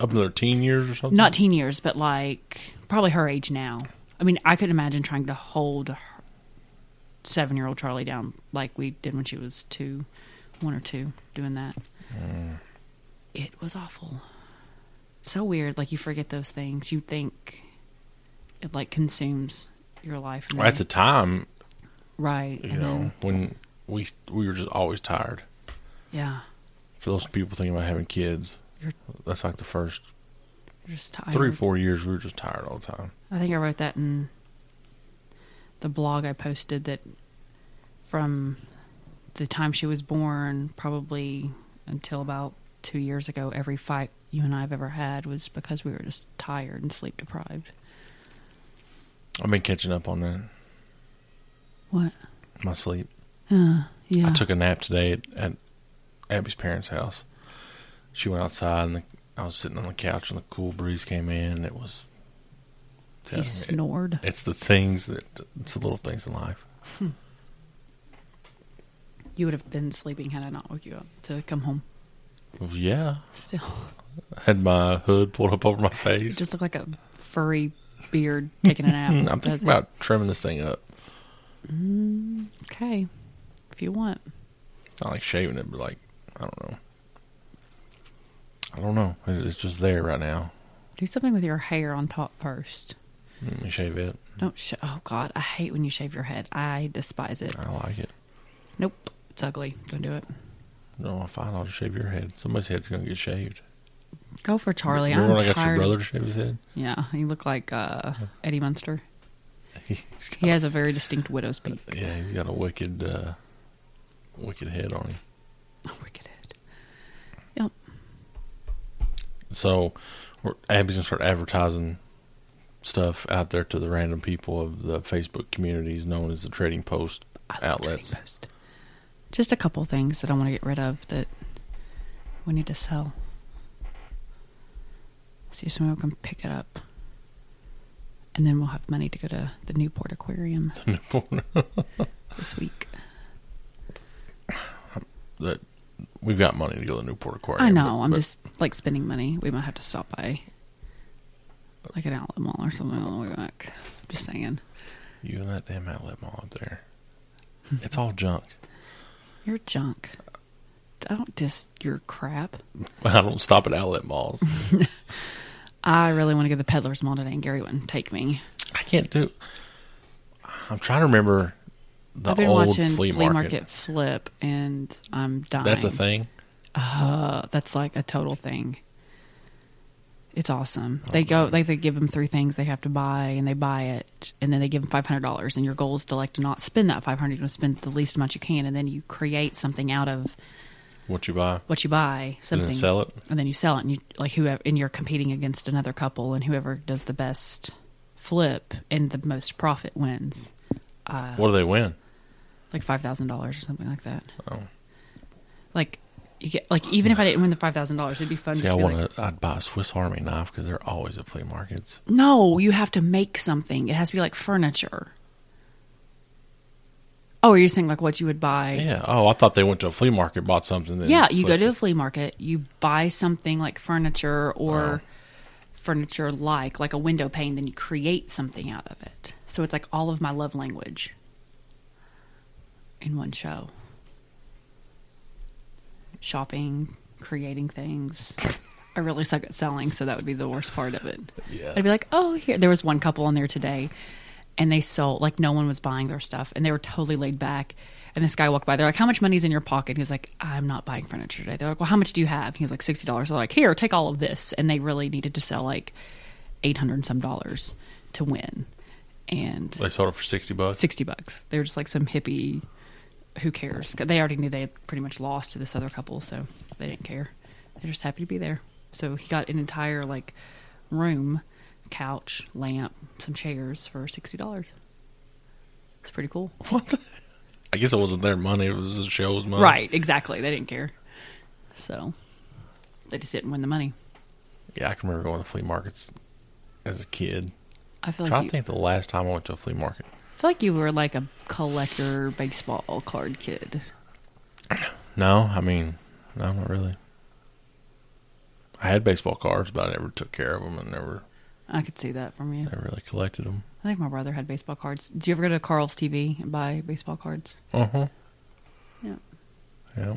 Speaker 6: up to their teen years or something?
Speaker 5: not teen years, but like probably her age now. I mean, I could imagine trying to hold her seven year old Charlie down like we did when she was two, one or two, doing that. It was awful. So weird. Like, you forget those things. You think it like consumes your life. and
Speaker 6: At the
Speaker 5: then-
Speaker 6: time,
Speaker 5: right.
Speaker 6: you
Speaker 5: and
Speaker 6: know,
Speaker 5: then-
Speaker 6: when we we were just always tired.
Speaker 5: yeah.
Speaker 6: For those people thinking about having kids,
Speaker 5: You're-
Speaker 6: that's like the first
Speaker 5: You're just tired.
Speaker 6: three, four years. We were just tired all the time.
Speaker 5: I think I wrote that in the blog I posted that from the time she was born, probably until about two years ago, every fight you and I have ever had was because we were just tired and sleep deprived.
Speaker 6: I've been catching up on that.
Speaker 5: What?
Speaker 6: My sleep.
Speaker 5: Yeah.
Speaker 6: I took a nap today at, at Abby's parents' house. She went outside, and the, I was sitting on the couch, and the cool breeze came in. And it was.
Speaker 5: you snored.
Speaker 6: It's the things that it's the little things in life.
Speaker 5: You would have been sleeping had I not woke you up to come home.
Speaker 6: Well, yeah,
Speaker 5: Still,
Speaker 6: I had my hood pulled up over my
Speaker 5: you
Speaker 6: face.
Speaker 5: just look like a furry beard taking a nap.
Speaker 6: I'm
Speaker 5: That's-
Speaker 6: thinking about trimming this thing up.
Speaker 5: okay, if you want.
Speaker 6: Not like shaving it, but like I don't know. I don't know. It- It's just there right now.
Speaker 5: Do something with your hair on top first.
Speaker 6: Let me shave it.
Speaker 5: Don't sh- oh god, I hate when you shave your head. I despise it.
Speaker 6: I like it.
Speaker 5: Nope, it's ugly. Don't do it.
Speaker 6: No, if I I'll just shave your head. Somebody's head's gonna get shaved.
Speaker 5: Go for Charlie. I'm
Speaker 6: Remember when I got
Speaker 5: tired.
Speaker 6: your brother to shave his head?
Speaker 5: Yeah, you look like uh, Eddie Munster.
Speaker 6: He's got
Speaker 5: He has a very distinct widow's peak.
Speaker 6: Yeah, he's got a wicked, uh, wicked head on him.
Speaker 5: Oh, wicked head. Yep.
Speaker 6: So, we're, Abby's gonna start advertising stuff out there to the random people of the Facebook communities known as the Trading Post
Speaker 5: I love
Speaker 6: outlets.
Speaker 5: Trading Post. Just a couple things that I want to get rid of that we need to sell. See if someone can pick it up, and then we'll have money to go to the Newport Aquarium this week.
Speaker 6: that we've got money to go to the Newport Aquarium.
Speaker 5: I know.
Speaker 6: but-
Speaker 5: I'm
Speaker 6: but
Speaker 5: just like spending money. We might have to stop by like an outlet mall or something on the way back. Just saying.
Speaker 6: you and that damn outlet mall up there. It's all junk.
Speaker 5: You're junk. I don't diss your crap.
Speaker 6: I don't stop at outlet malls.
Speaker 5: I really want to go to the Peddler's Mall today and Gary wouldn't take me.
Speaker 6: I can't do. I'm trying to remember the
Speaker 5: I've been
Speaker 6: old
Speaker 5: watching
Speaker 6: flea, market.
Speaker 5: Flip and I'm dying.
Speaker 6: That's a thing.
Speaker 5: Uh, that's like a total thing. It's awesome.
Speaker 6: Oh,
Speaker 5: They go, like, they give them three things they have to buy, and they buy it, and then they give them five hundred dollars. And your goal is to like to not spend that five hundred, to spend the least amount you can, and then you create something out of
Speaker 6: What you buy?
Speaker 5: what you buy,
Speaker 6: And
Speaker 5: something,
Speaker 6: then sell it.
Speaker 5: and then you sell it, and you like whoever, and you're competing against another couple, and whoever does the best flip and the most profit wins,
Speaker 6: what do they win?
Speaker 5: like five thousand dollars or something like that.
Speaker 6: Oh.
Speaker 5: Like you get like even if I didn't win the five thousand dollars, it'd be fun.
Speaker 6: See,
Speaker 5: just to
Speaker 6: I
Speaker 5: be
Speaker 6: want
Speaker 5: like,
Speaker 6: to. I'd buy a Swiss Army knife because they're always at flea markets.
Speaker 5: No, you have to make something. It has to be like furniture. Oh, are you saying like what you would buy?
Speaker 6: Yeah. Oh, I thought they went to a flea market, bought something. then
Speaker 5: Yeah, you go
Speaker 6: flipped
Speaker 5: to
Speaker 6: it.
Speaker 5: the flea market, you buy something like furniture or furniture like, like a window pane, then you create something out of it. So it's like all of my love language in one show shopping, creating things. I really suck at selling, so that would be the worst part of it.
Speaker 6: Yeah.
Speaker 5: I'd be like, oh, here. There was one couple on there today, and they sold like no one was buying their stuff, and they were totally laid back. And this guy walked by. They're like, "How much money's in your pocket?" He was like, "I'm not buying furniture today." They're like, "Well, how much do you have?" He was like, 60 dollars." They're like, "Here, take all of this." And they really needed to sell like eight hundred and some dollars to win. And
Speaker 6: They sold it for sixty bucks.
Speaker 5: 60 bucks. They were just like some hippie, who cares? 'Cause They already knew they had pretty much lost to this other couple, so they didn't care. They're just happy to be there. So he got an entire like room, couch, lamp, some chairs for $60. It's pretty cool.
Speaker 6: I Oh. guess it wasn't their money. It was the show's money.
Speaker 5: Right, exactly. They didn't care. So They just didn't win the money.
Speaker 6: Yeah, I can remember going to flea markets as a kid.
Speaker 5: I feel
Speaker 6: I'm
Speaker 5: like
Speaker 6: trying
Speaker 5: you,
Speaker 6: to think the last time I went to a flea market.
Speaker 5: I feel like you were like a collector baseball card kid.
Speaker 6: No, I mean, no, not really. I had baseball cards, but I never took care of them and never,
Speaker 5: I could see that from you.
Speaker 6: never really collected them.
Speaker 5: I think my brother had baseball cards. Do you ever go to Carl's TV and buy baseball cards?
Speaker 6: Uh huh.
Speaker 5: Yeah.
Speaker 6: Yeah.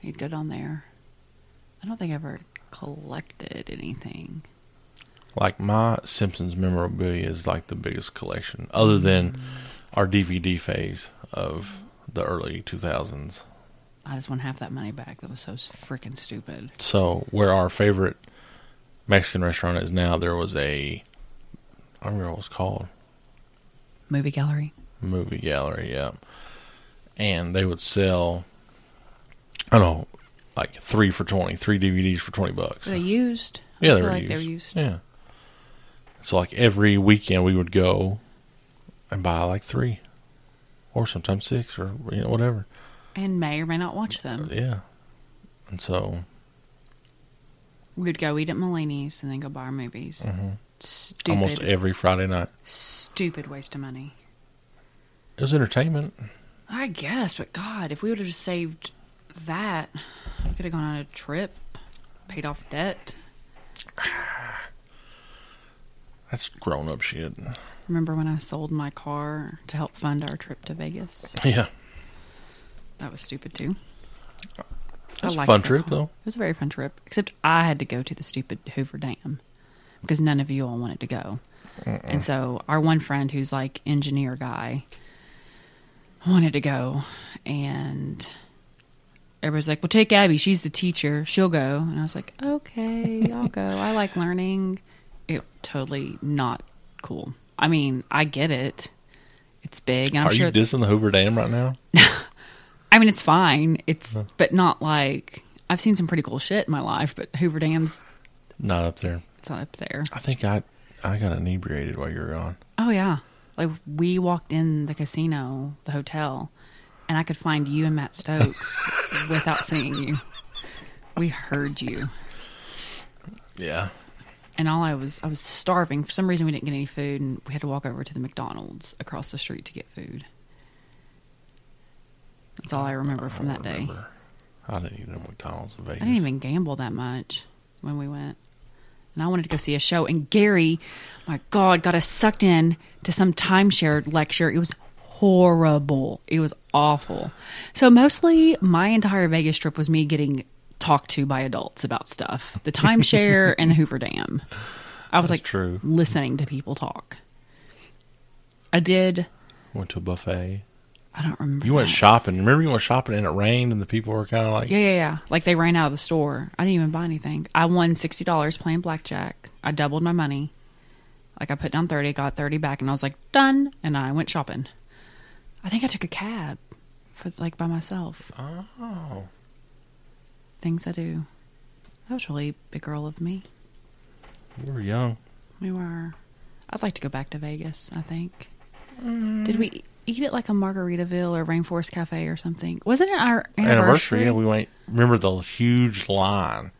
Speaker 5: He'd go down there. I don't think I ever collected anything.
Speaker 6: Like my Simpsons memorabilia is like the biggest collection, other than our DVD phase of the early 2000s.
Speaker 5: I just want half that money back. That was so freaking stupid.
Speaker 6: So where our favorite Mexican restaurant is now, there was a I don't remember what it's called
Speaker 5: Movie gallery.
Speaker 6: movie gallery, yeah, and they would sell I don't know like three for twenty, three DVDs for twenty bucks.
Speaker 5: They used.
Speaker 6: yeah,
Speaker 5: I
Speaker 6: they
Speaker 5: feel
Speaker 6: were
Speaker 5: like
Speaker 6: used.
Speaker 5: they were used.
Speaker 6: Yeah. So like every weekend we would go and buy like three, or sometimes six, or you know whatever.
Speaker 5: And may or may not watch them.
Speaker 6: Yeah. And so
Speaker 5: We would go eat at Mulaney's and then go buy our movies. Stupid,
Speaker 6: Mm-hmm. almost e- every Friday night,
Speaker 5: stupid waste of money.
Speaker 6: it was entertainment.
Speaker 5: I guess, but God, if we would have just saved that, we could have gone on a trip, paid off debt.
Speaker 6: That's grown up shit.
Speaker 5: Remember when I sold my car to help fund our trip to Vegas?
Speaker 6: Yeah.
Speaker 5: That was stupid too.
Speaker 6: It was a
Speaker 5: liked
Speaker 6: fun
Speaker 5: that
Speaker 6: trip,
Speaker 5: car.
Speaker 6: though.
Speaker 5: It was a very fun trip, except I had to go to the stupid Hoover Dam because none of you all wanted to go. And so our one friend who's like engineer guy wanted to go and everybody's like, "Well, take Abby, she's the teacher. She'll go." And I was like, "Okay, I'll go. I like learning." It totally not cool. I mean, I get it. It's big. And I'm
Speaker 6: Are
Speaker 5: sure
Speaker 6: you dissing the Hoover Dam right now?
Speaker 5: I mean, it's fine. It's but not like I've seen some pretty cool shit in my life, but Hoover Dam's
Speaker 6: Not up there.
Speaker 5: it's not up there.
Speaker 6: I think I I got inebriated while you were gone.
Speaker 5: Oh yeah, like we walked in the casino, the hotel, and I could find you and Matt Stokes without seeing you. We heard you,
Speaker 6: Yeah.
Speaker 5: and all I was I was starving. For some reason, we didn't get any food, and we had to walk over to the McDonald's across the street to get food. That's all I remember from that day.
Speaker 6: Remember. I didn't eat at McDonald's in Vegas.
Speaker 5: I didn't even gamble that much when we went. And I wanted to go see a show. And Gary, my God, got us sucked in to some timeshare lecture. It was horrible. It was awful. So, mostly my entire Vegas trip was me getting talked to by adults about stuff the timeshare and the Hoover Dam. I was
Speaker 6: That's
Speaker 5: like,
Speaker 6: true.
Speaker 5: listening to people talk. I did.
Speaker 6: Went to a buffet.
Speaker 5: I don't remember.
Speaker 6: You went
Speaker 5: that.
Speaker 6: shopping. Remember you went shopping and it rained and the people were kind of like,
Speaker 5: Yeah, yeah, yeah. Like they ran out of the store. I didn't even buy anything. I won sixty dollars playing blackjack. I doubled my money. Like I put down thirty, got thirty back, and I was like done. And I went shopping. I think I took a cab for like by myself.
Speaker 6: oh.
Speaker 5: Things I do. That was really big girl of me.
Speaker 6: We were young.
Speaker 5: We were. I'd like to go back to Vegas. I think.
Speaker 6: Mm.
Speaker 5: Did we eat at like a Margaritaville or Rainforest Cafe or something? Wasn't it our anniversary?
Speaker 6: Anniversary, yeah. We went. Remember the huge line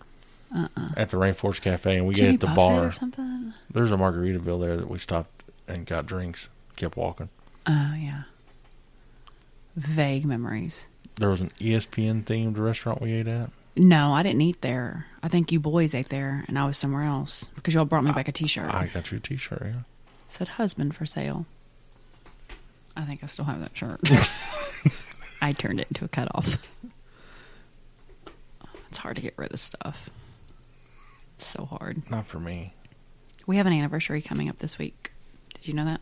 Speaker 6: at the Rainforest Cafe, and we
Speaker 5: Uh-uh. Jimmy
Speaker 6: got at the
Speaker 5: Buffett or
Speaker 6: bar.
Speaker 5: something.
Speaker 6: There's a Margaritaville there that we stopped and got drinks. Kept walking.
Speaker 5: Oh yeah. Vague memories.
Speaker 6: There was an E ESPN themed restaurant we ate at.
Speaker 5: No, I didn't eat there. I think you boys ate there, and I was somewhere else because y'all brought me back a T-shirt.
Speaker 6: I got you a T-shirt. Yeah.
Speaker 5: said husband for sale. I think I still have that shirt. I turned it into a cutoff. It's hard to get rid of stuff. It's so hard.
Speaker 6: Not for me.
Speaker 5: We have an anniversary coming up this week. Did you know that?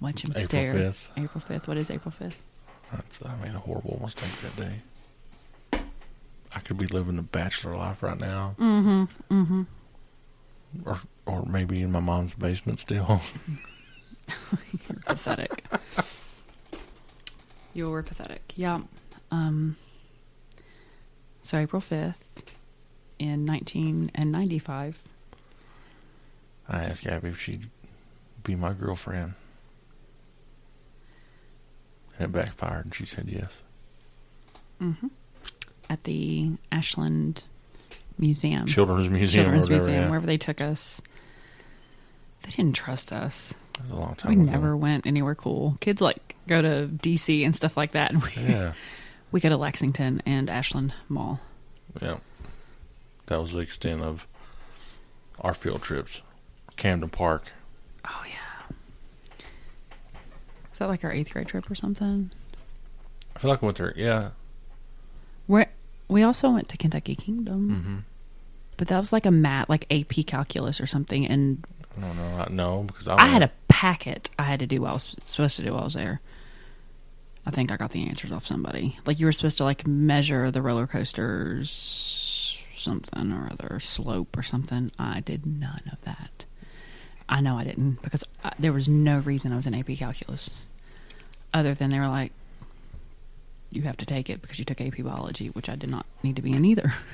Speaker 5: Watch him
Speaker 6: April
Speaker 5: stare.
Speaker 6: 5th.
Speaker 5: April fifth. What is April fifth?
Speaker 6: That's, I made a horrible mistake that day. I could be living the bachelor life right now. Mm-hmm. Mm-hmm. Or, or maybe in my mom's basement still.
Speaker 5: You're pathetic. You're pathetic. Yeah. Um, so April fifth in nineteen and ninety five.
Speaker 6: I asked Abby if she'd be my girlfriend. And it backfired, and she said yes.
Speaker 5: at the Ashland Museum,
Speaker 6: Children's Museum
Speaker 5: Mm. Children's
Speaker 6: or whatever.
Speaker 5: Museum,
Speaker 6: yeah.
Speaker 5: wherever they took us. They didn't trust us.
Speaker 6: That was a long time
Speaker 5: We
Speaker 6: ago.
Speaker 5: never went anywhere cool. Kids like go to DC and stuff like that, and we
Speaker 6: Yeah.
Speaker 5: we go to Lexington and Ashland Mall.
Speaker 6: Yeah. That was the extent of our field trips. Camden Park.
Speaker 5: Oh yeah. Is that like our eighth grade trip or something?
Speaker 6: I feel like I went there. Yeah.
Speaker 5: Where we also went to Kentucky Kingdom, but that was like a mat, like AP calculus or something, and
Speaker 6: I don't know. I, Uh, no, because I,
Speaker 5: I had
Speaker 6: went-
Speaker 5: a packet I had to do while I was supposed to do while I was there. I think I got the answers off somebody. Like you were supposed to like measure the roller coasters something or other slope or something. I did none of that. I know I didn't because I, there was no reason I was in AP calculus other than they were like you have to take it because you took AP biology, which I did not need to be in either.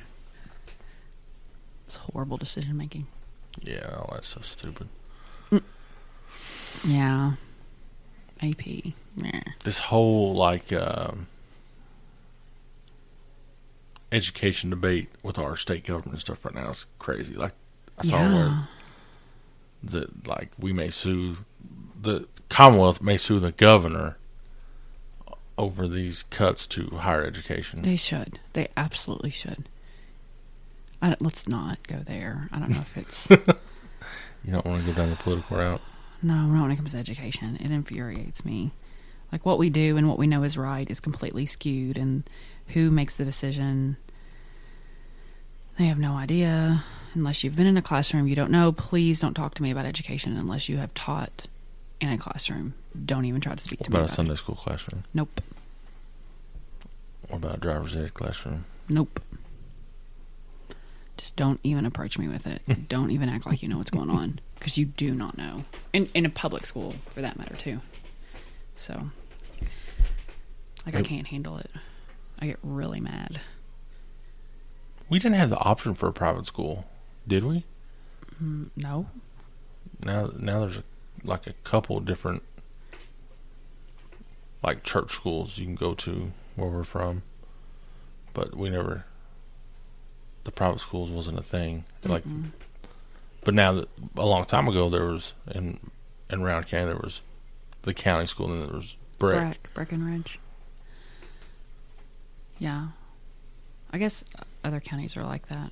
Speaker 5: It's horrible decision making.
Speaker 6: Yeah, all that's so stupid.
Speaker 5: Yeah. AP. Yeah.
Speaker 6: This whole, like, um, education debate with our state government and stuff right now is crazy. Like, I saw
Speaker 5: Yeah.
Speaker 6: where that, like, we may sue, the Commonwealth may sue the governor over these cuts to higher education.
Speaker 5: They should. They absolutely should. I don't, let's not go there. I don't know if it's
Speaker 6: You don't want to go down the political route.
Speaker 5: no. Not when it comes to education, it infuriates me. Like what we do and what we know is right is completely skewed, and who makes the decision? They have no idea. Unless you've been in a classroom, you don't know. Please don't talk to me about education unless you have taught in a classroom. Don't even try to speak
Speaker 6: What
Speaker 5: to me
Speaker 6: about a
Speaker 5: about
Speaker 6: Sunday
Speaker 5: it.
Speaker 6: school classroom?
Speaker 5: Nope.
Speaker 6: What about a driver's ed classroom?
Speaker 5: Nope. Just don't even approach me with it. don't even act like you know what's going on because you do not know. In in a public school, for that matter, too. So, like, I
Speaker 6: Yep.
Speaker 5: can't handle it. I get really mad.
Speaker 6: We didn't have the option for a private school, did we?
Speaker 5: No,
Speaker 6: now now there's a, like a couple different like church schools you can go to where we're from but we never the private schools wasn't a thing like but now that a long time ago there was in in round county there was the county school and then there was brick
Speaker 5: Breck, Breckenridge. Yeah, I guess other counties are like that.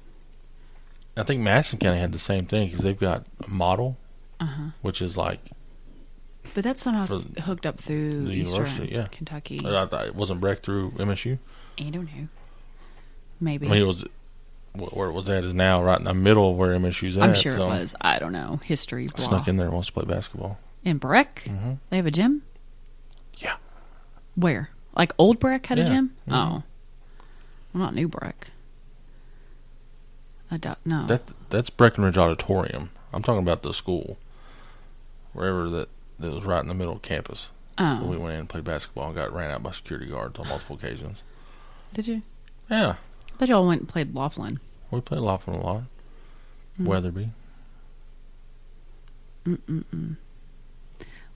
Speaker 6: i think madison county had the same thing because they've got a model which is like
Speaker 5: Uh-huh. But that's somehow
Speaker 6: For
Speaker 5: f- hooked up through
Speaker 6: the
Speaker 5: Eastern
Speaker 6: university, yeah. Uh,
Speaker 5: Kentucky.
Speaker 6: I thought it wasn't break through msu
Speaker 5: I don't know. Maybe
Speaker 6: I mean, it was wh- where it was at is now right in the middle of where MSU's at.
Speaker 5: I'm sure
Speaker 6: so
Speaker 5: it was. I don't know. History.
Speaker 6: I
Speaker 5: Blah.
Speaker 6: snuck in there and wants to play basketball.
Speaker 5: In Breck, they have a gym.
Speaker 6: Mm-hmm. Yeah.
Speaker 5: Where? Like old Breck had a
Speaker 6: Yeah.
Speaker 5: gym.
Speaker 6: Mhm.
Speaker 5: Oh, well, not new Breck. I doubt. No.
Speaker 6: That that's Breckenridge Auditorium. I'm talking about the school, wherever that that was right in the middle of campus.
Speaker 5: Oh.
Speaker 6: Where we went in and played basketball and got ran out by security guards on multiple occasions.
Speaker 5: Did you?
Speaker 6: Yeah,
Speaker 5: I thought y'all went and played Laughlin.
Speaker 6: we played Laughlin a lot.
Speaker 5: Hmm.
Speaker 6: Weatherby.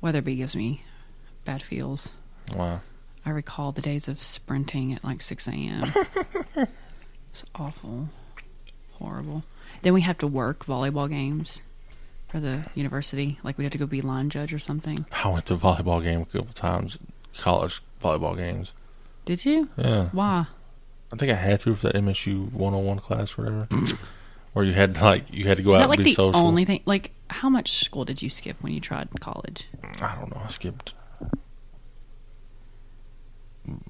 Speaker 5: Weatherby gives me bad feels.
Speaker 6: Wow.
Speaker 5: I recall the days of sprinting at like 6 a.m. it's awful, horrible. Then we have to work volleyball games for the university. Like we have to go be line judge or something.
Speaker 6: I went to a volleyball game a couple times, college volleyball games.
Speaker 5: Did you?
Speaker 6: Yeah.
Speaker 5: Why?
Speaker 6: I think I had to for that MSU 101 class or whatever. Where you had to, like you had to go
Speaker 5: Is
Speaker 6: out
Speaker 5: that like
Speaker 6: and be
Speaker 5: the
Speaker 6: social.
Speaker 5: only thing? Like, how much school did you skip when you tried college?
Speaker 6: I don't know. I skipped.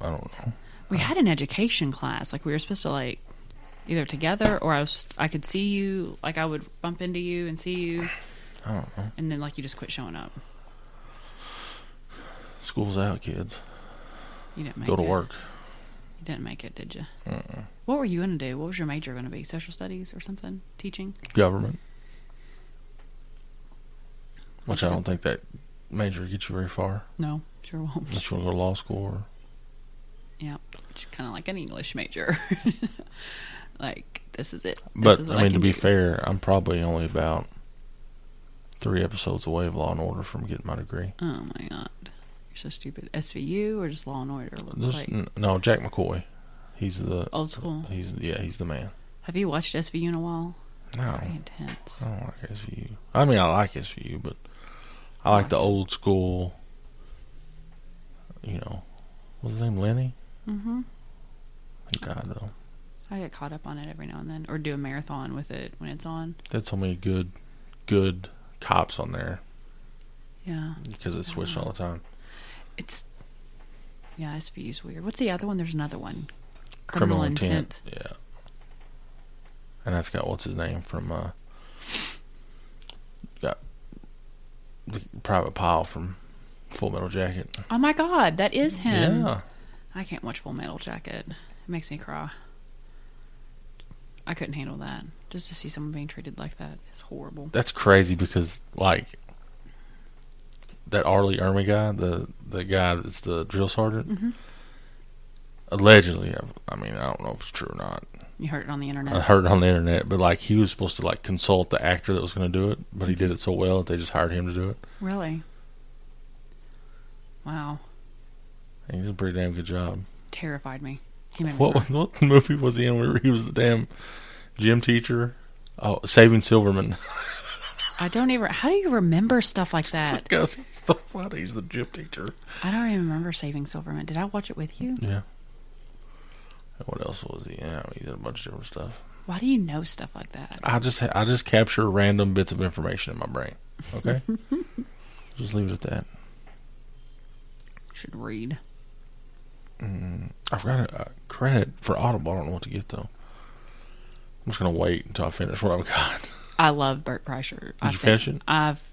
Speaker 6: I don't know.
Speaker 5: We had an education class. Like, we were supposed to like either together or I was. I could see you. Like, I would bump into you and see you,
Speaker 6: I don't know.
Speaker 5: and then like you just quit showing up.
Speaker 6: School's out, kids.
Speaker 5: You didn't make
Speaker 6: Go to
Speaker 5: it.
Speaker 6: work.
Speaker 5: You didn't make it, did you? What were you going to do? What was your major going to be? Social studies or something? Teaching?
Speaker 6: Government. Which I don't think that major gets you very far
Speaker 5: No, sure won't.
Speaker 6: unless you want to go to law school. Or,
Speaker 5: Yeah, which is kind of like an English major. like this is it. This
Speaker 6: but
Speaker 5: is
Speaker 6: I
Speaker 5: what
Speaker 6: mean, to
Speaker 5: can
Speaker 6: be
Speaker 5: do.
Speaker 6: fair, I'm probably only about three episodes away of Law and Order from getting my degree.
Speaker 5: Oh my god, you're so stupid. SVU or just Law and Order?
Speaker 6: This,
Speaker 5: Like,
Speaker 6: n- no, Jack McCoy. He's the
Speaker 5: Old school.
Speaker 6: He's yeah, he's the man.
Speaker 5: Have you watched SVU in a while?
Speaker 6: No,
Speaker 5: Pretty intense.
Speaker 6: I don't like SVU. I mean, I like SVU, but I like the old school. You know, what's his name? Lenny.
Speaker 5: Mm-hmm.
Speaker 6: He died though.
Speaker 5: I get caught up on it every now and then, or do a marathon with it when it's on.
Speaker 6: That's so many good, good cops on there
Speaker 5: Yeah,
Speaker 6: because it's switched all the time.
Speaker 5: it's yeah. SVU's weird. What's the other one? There's another one.
Speaker 6: Yeah. And that's got what's his name from uh got the private pile from Full Metal Jacket.
Speaker 5: Oh my god, that is him.
Speaker 6: Yeah.
Speaker 5: I can't watch Full Metal Jacket. It makes me cry. I couldn't handle that. Just to see someone being treated like that is horrible.
Speaker 6: That's crazy because like that Arlie Ermy guy, the the guy that's the drill sergeant, allegedly, I, I mean, I don't know if it's true or not.
Speaker 5: You heard it on the internet.
Speaker 6: I heard it on the internet, but like he was supposed to like consult the actor that was going to do it, but he did it so well that they just hired him to do it.
Speaker 5: Really? Wow.
Speaker 6: And he did a pretty damn good job.
Speaker 5: Terrified me. He made me
Speaker 6: What
Speaker 5: cry.
Speaker 6: was what movie was he in where he was the damn gym teacher? Oh, Saving Silverman.
Speaker 5: I don't even. How do you remember stuff like that?
Speaker 6: Because it's so funny. He's the gym teacher.
Speaker 5: I don't even remember Saving Silverman. Did I watch it with you?
Speaker 6: Yeah. And What else was he? Yeah, he's in a bunch of different stuff.
Speaker 5: Why do you know stuff like that?
Speaker 6: I just I just capture random bits of information in my brain. Okay. just leave it at that.
Speaker 5: Should read.
Speaker 6: I forgot a, a credit for Audible. I don't know what to get though. I'm just gonna wait until I finish what I've got.
Speaker 5: I love Bert Kreischer. Did
Speaker 6: you finish it?
Speaker 5: I've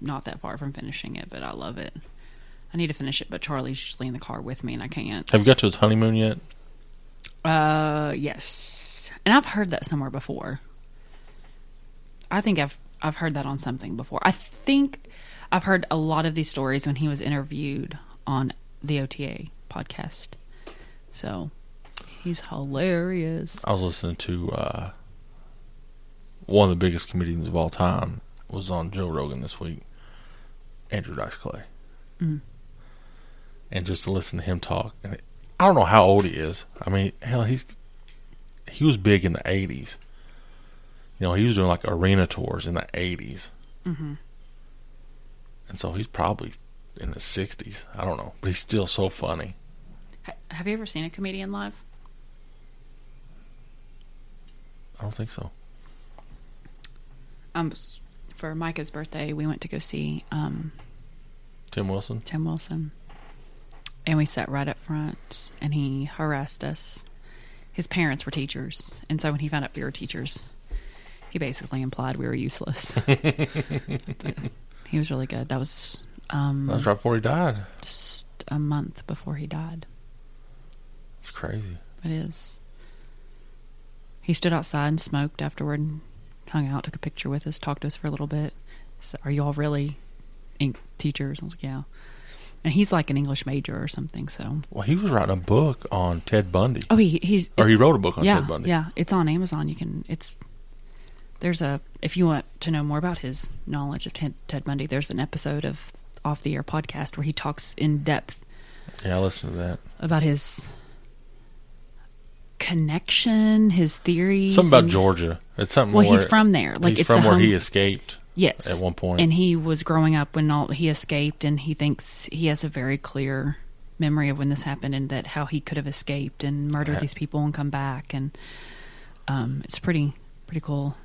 Speaker 5: not that far from finishing it, but I love it. I need to finish it, but Charlie's usually in the car with me, and I can't.
Speaker 6: Have you got to his honeymoon yet?
Speaker 5: Uh, yes, and I've heard that somewhere before. I think I've I've heard that on something before. I think I've heard a lot of these stories when he was interviewed on the OTA podcast. So he's hilarious.
Speaker 6: I was listening to uh, one of the biggest comedians of all time was on Joe Rogan this week, Andrew Dice Clay, and just to listen to him talk. And it, I don't know how old he is. I mean, hell, he's he was big in the '80s. You know, he was doing like arena tours in the '80s, and so he's probably in his '60s. I don't know, but he's still so funny.
Speaker 5: Ha- Have you ever seen a comedian live?
Speaker 6: I don't think so.
Speaker 5: Um, s- for Micah's birthday, we went to go see um
Speaker 6: Tim Wilson.
Speaker 5: Tim Wilson. And we sat right up front and he harassed us. His parents were teachers. And so when he found out we were teachers, he basically implied we were useless. But he was really good. That was um,
Speaker 6: That's right before he died.
Speaker 5: just a month before he died.
Speaker 6: It's crazy.
Speaker 5: It is. He stood outside and smoked afterward, and hung out, took a picture with us, talked to us for a little bit. So, are you all really ink teachers? I was like, yeah. And he's like an English major or something. So,
Speaker 6: Well, he was writing a book on Ted Bundy.
Speaker 5: oh, he he's
Speaker 6: Or he
Speaker 5: it's-
Speaker 6: wrote a book on
Speaker 5: yeah,
Speaker 6: Ted Bundy.
Speaker 5: Yeah, it's on Amazon. You can it's there's a if you want to know more about his knowledge of Ted, Ted Bundy, there's an episode of Off the Air podcast where he talks in depth
Speaker 6: Yeah, I listened to that.
Speaker 5: about his connection, his theories,
Speaker 6: Something about
Speaker 5: and-
Speaker 6: Georgia. It's something.
Speaker 5: Well,
Speaker 6: where,
Speaker 5: he's from there. Like,
Speaker 6: he's
Speaker 5: it's
Speaker 6: from
Speaker 5: the
Speaker 6: where he
Speaker 5: home-
Speaker 6: escaped.
Speaker 5: Yes.
Speaker 6: at one point.
Speaker 5: And he was growing up when all he escaped and he thinks he has a very clear memory of when this happened and that how he could have escaped and murdered
Speaker 6: Right.
Speaker 5: these people and come back and um, it's pretty pretty cool.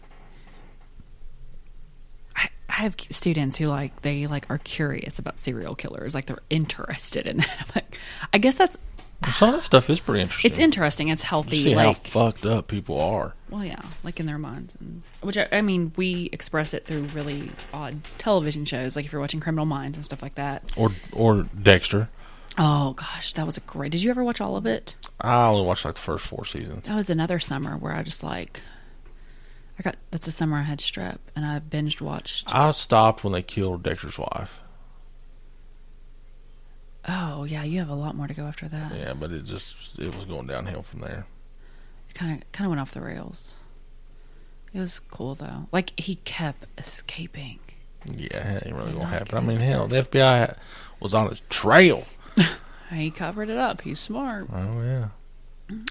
Speaker 5: I, I have students who like they like are curious about serial killers, like they're interested in that. I'm like, I guess that's
Speaker 6: And Some of that stuff is pretty interesting.
Speaker 5: it's interesting, it's healthy.
Speaker 6: You see how
Speaker 5: like
Speaker 6: fucked up people are.
Speaker 5: well yeah like in their minds and which I, I mean we express it through really odd television shows like if you're watching criminal minds and stuff like that
Speaker 6: Or or Dexter.
Speaker 5: oh gosh that was a great did you ever watch all of it
Speaker 6: I only watched like the first four seasons.
Speaker 5: that was another summer where i just like i got that's the summer i had strep and i binged watched
Speaker 6: I stopped when they killed Dexter's wife.
Speaker 5: oh yeah you have a lot more to go after that
Speaker 6: Yeah, but it just it was going downhill from there.
Speaker 5: kind of kind of went off the rails it was cool though like he kept escaping
Speaker 6: Yeah, it ain't really gonna happen. I mean, hell, the FBI was on his trail.
Speaker 5: he covered it up he's smart
Speaker 6: Oh yeah,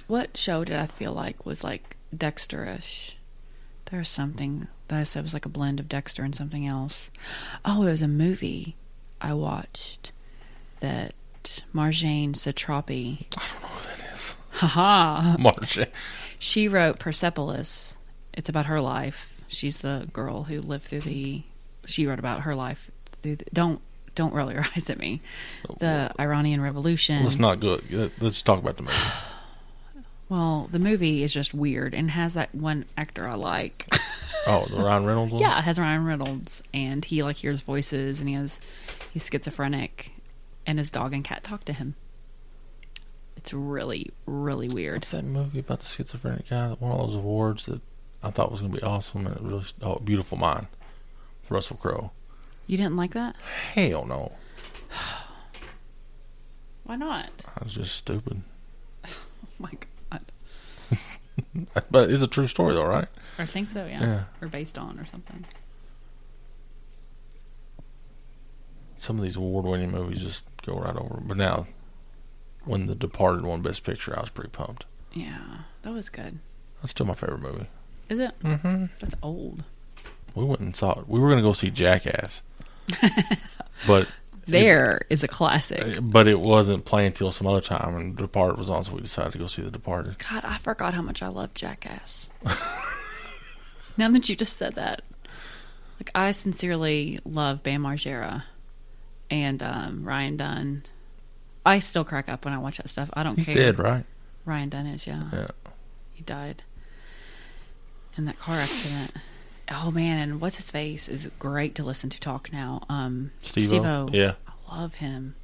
Speaker 5: what show did I feel like was like Dexterish? There was something that I said was like a blend of Dexter and something else. Oh, it was a movie I watched that Marjane Satrapi.
Speaker 6: Oh, that is.
Speaker 5: Haha.
Speaker 6: March.
Speaker 5: She wrote Persepolis. It's about her life. She's the girl who lived through the. She wrote about her life through. The, don't don't roll your eyes at me. The Iranian Revolution.
Speaker 6: Let's not go. Let's talk about the movie.
Speaker 5: Well, the movie is just weird and has that one actor I like.
Speaker 6: Oh, the Ryan Reynolds one?
Speaker 5: yeah, it has Ryan Reynolds, and he like hears voices, and he has he's schizophrenic, and his dog and cat talk to him. It's really really weird.
Speaker 6: What's that movie about the schizophrenic guy that won all those awards that I thought was going to be awesome and it really. Oh, Beautiful Mind. Russell Crowe.
Speaker 5: You didn't like that?
Speaker 6: Hell no.
Speaker 5: Why not?
Speaker 6: I was just stupid.
Speaker 5: Oh my god.
Speaker 6: But it's a true story, though, right?
Speaker 5: I think so, yeah.
Speaker 6: Yeah.
Speaker 5: Or based on or something.
Speaker 6: Some of these award winning movies just go right over. But now, when The Departed won Best Picture, I was pretty pumped.
Speaker 5: Yeah. That was good.
Speaker 6: That's still my favorite movie.
Speaker 5: Is it? Mm-hmm. That's old.
Speaker 6: We went and saw it. We were going to go see Jackass. but
Speaker 5: There is a classic.
Speaker 6: but it wasn't playing till some other time, and The Departed was on, so we decided to go see The Departed.
Speaker 5: God, I forgot how much I love Jackass. now that you just said that. Like I sincerely love Bam Margera and um, Ryan Dunn. I still crack up when I watch that stuff. I don't
Speaker 6: He's
Speaker 5: care.
Speaker 6: dead, right?
Speaker 5: Ryan Dunn is, yeah.
Speaker 6: Yeah.
Speaker 5: He died in that car accident. Oh man, and what's his face is great to listen to talk now. Um
Speaker 6: Steve-O?
Speaker 5: Steve-O. Oh,
Speaker 6: Yeah.
Speaker 5: I love him.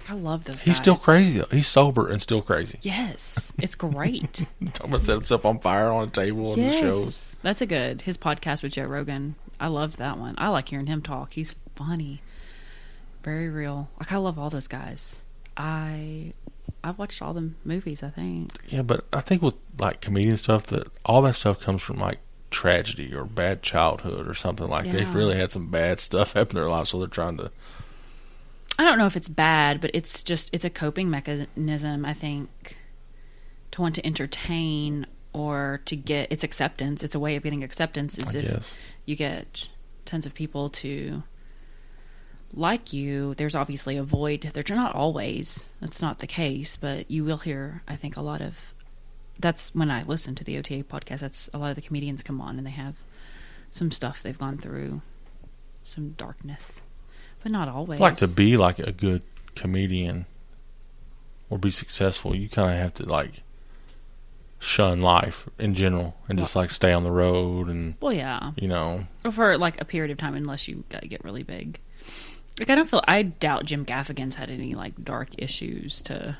Speaker 5: Like, I love those
Speaker 6: He's still
Speaker 5: guys.
Speaker 6: crazy, though. He's sober and still crazy.
Speaker 5: Yes. It's great.
Speaker 6: Talking about set himself on fire on a table on the shows.
Speaker 5: yes. That's a good his podcast with Joe Rogan. I loved that one. I like hearing him talk. He's funny. Very real. Like I love all those guys. I I've watched all the movies, I think.
Speaker 6: Yeah, but I think with like comedian stuff, that all that stuff comes from like tragedy or bad childhood or something like
Speaker 5: Yeah.
Speaker 6: they've really had some bad stuff happen in their life, so they're trying to.
Speaker 5: I don't know if it's bad, but it's just it's a coping mechanism. I think to want to entertain or to get it's acceptance. It's a way of getting acceptance. Is
Speaker 6: I
Speaker 5: if
Speaker 6: guess.
Speaker 5: you get tons of people to like you, there's obviously a void. They're not always. That's not the case, but you will hear. I think a lot of that's when I listen to the OTA podcast. That's a lot of the comedians come on and they have some stuff they've gone through, some darkness, but not always.
Speaker 6: I'd like to be like a good comedian or be successful. You kind of have to like shun life in general and just like stay on the road and
Speaker 5: Well, yeah,
Speaker 6: you know
Speaker 5: Or for like a period of time, unless you got to get really big. Like I don't feel. I doubt Jim Gaffigan's had any like dark issues to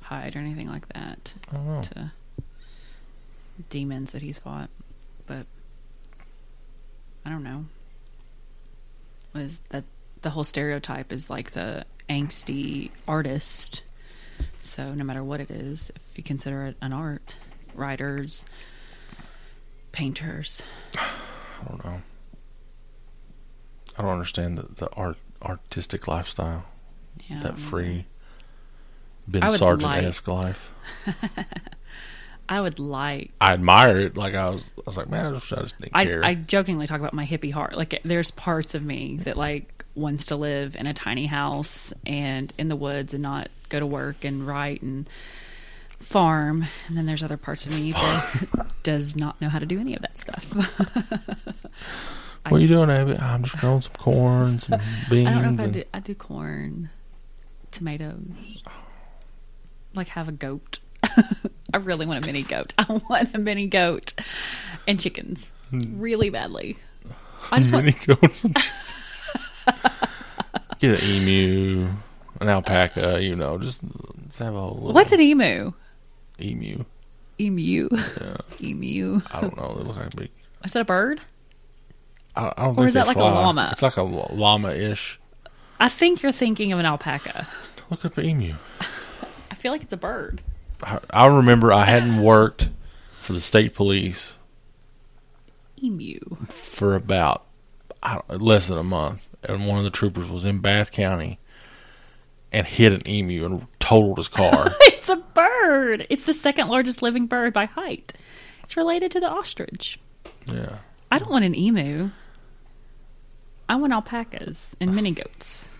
Speaker 5: hide or anything like that.
Speaker 6: I don't know.
Speaker 5: To demons that he's fought, but I don't know. Was that the whole stereotype is like the angsty artist? So no matter what it is, if you consider it an art, writers, painters,
Speaker 6: I don't know. I don't understand the, the art artistic lifestyle.
Speaker 5: yeah,
Speaker 6: that free Ben
Speaker 5: I would
Speaker 6: Sargent esque life.
Speaker 5: I would like.
Speaker 6: I admire it. Like I was, I was like, man, I just, I just didn't
Speaker 5: I,
Speaker 6: care.
Speaker 5: I jokingly talk about my hippie heart. Like, there's parts of me that like wants to live in a tiny house and in the woods and not go to work and write and farm. And then there's other parts of me that does not know how to do any of that stuff.
Speaker 6: what are you doing, Abby? I'm just growing some corn, some beans.
Speaker 5: I don't know if I
Speaker 6: and,
Speaker 5: do. I do corn, tomatoes. Like, have a goat. I really want a mini goat. I want a mini goat and chickens really badly. I just want
Speaker 6: mini goats and chickens. Get an emu, an alpaca. You know, just, just have a whole little
Speaker 5: What's an emu?
Speaker 6: emu.
Speaker 5: Emu. Emu.
Speaker 6: I don't know. They look like big.
Speaker 5: Is that a bird?
Speaker 6: I, I don't
Speaker 5: Or
Speaker 6: think
Speaker 5: is that
Speaker 6: they
Speaker 5: like a
Speaker 6: fly.
Speaker 5: llama?
Speaker 6: It's like a llama ish.
Speaker 5: I think you're thinking of an alpaca.
Speaker 6: Look up emu.
Speaker 5: I feel like it's a bird.
Speaker 6: I, I remember I hadn't worked for the state police
Speaker 5: Emu.
Speaker 6: for about I don't, less than a month, and one of the troopers was in Bath County, and hit an emu and totaled his car.
Speaker 5: It's a bird. It's the second largest living bird by height. It's related to the ostrich.
Speaker 6: yeah.
Speaker 5: I don't want an emu. I want alpacas and mini goats.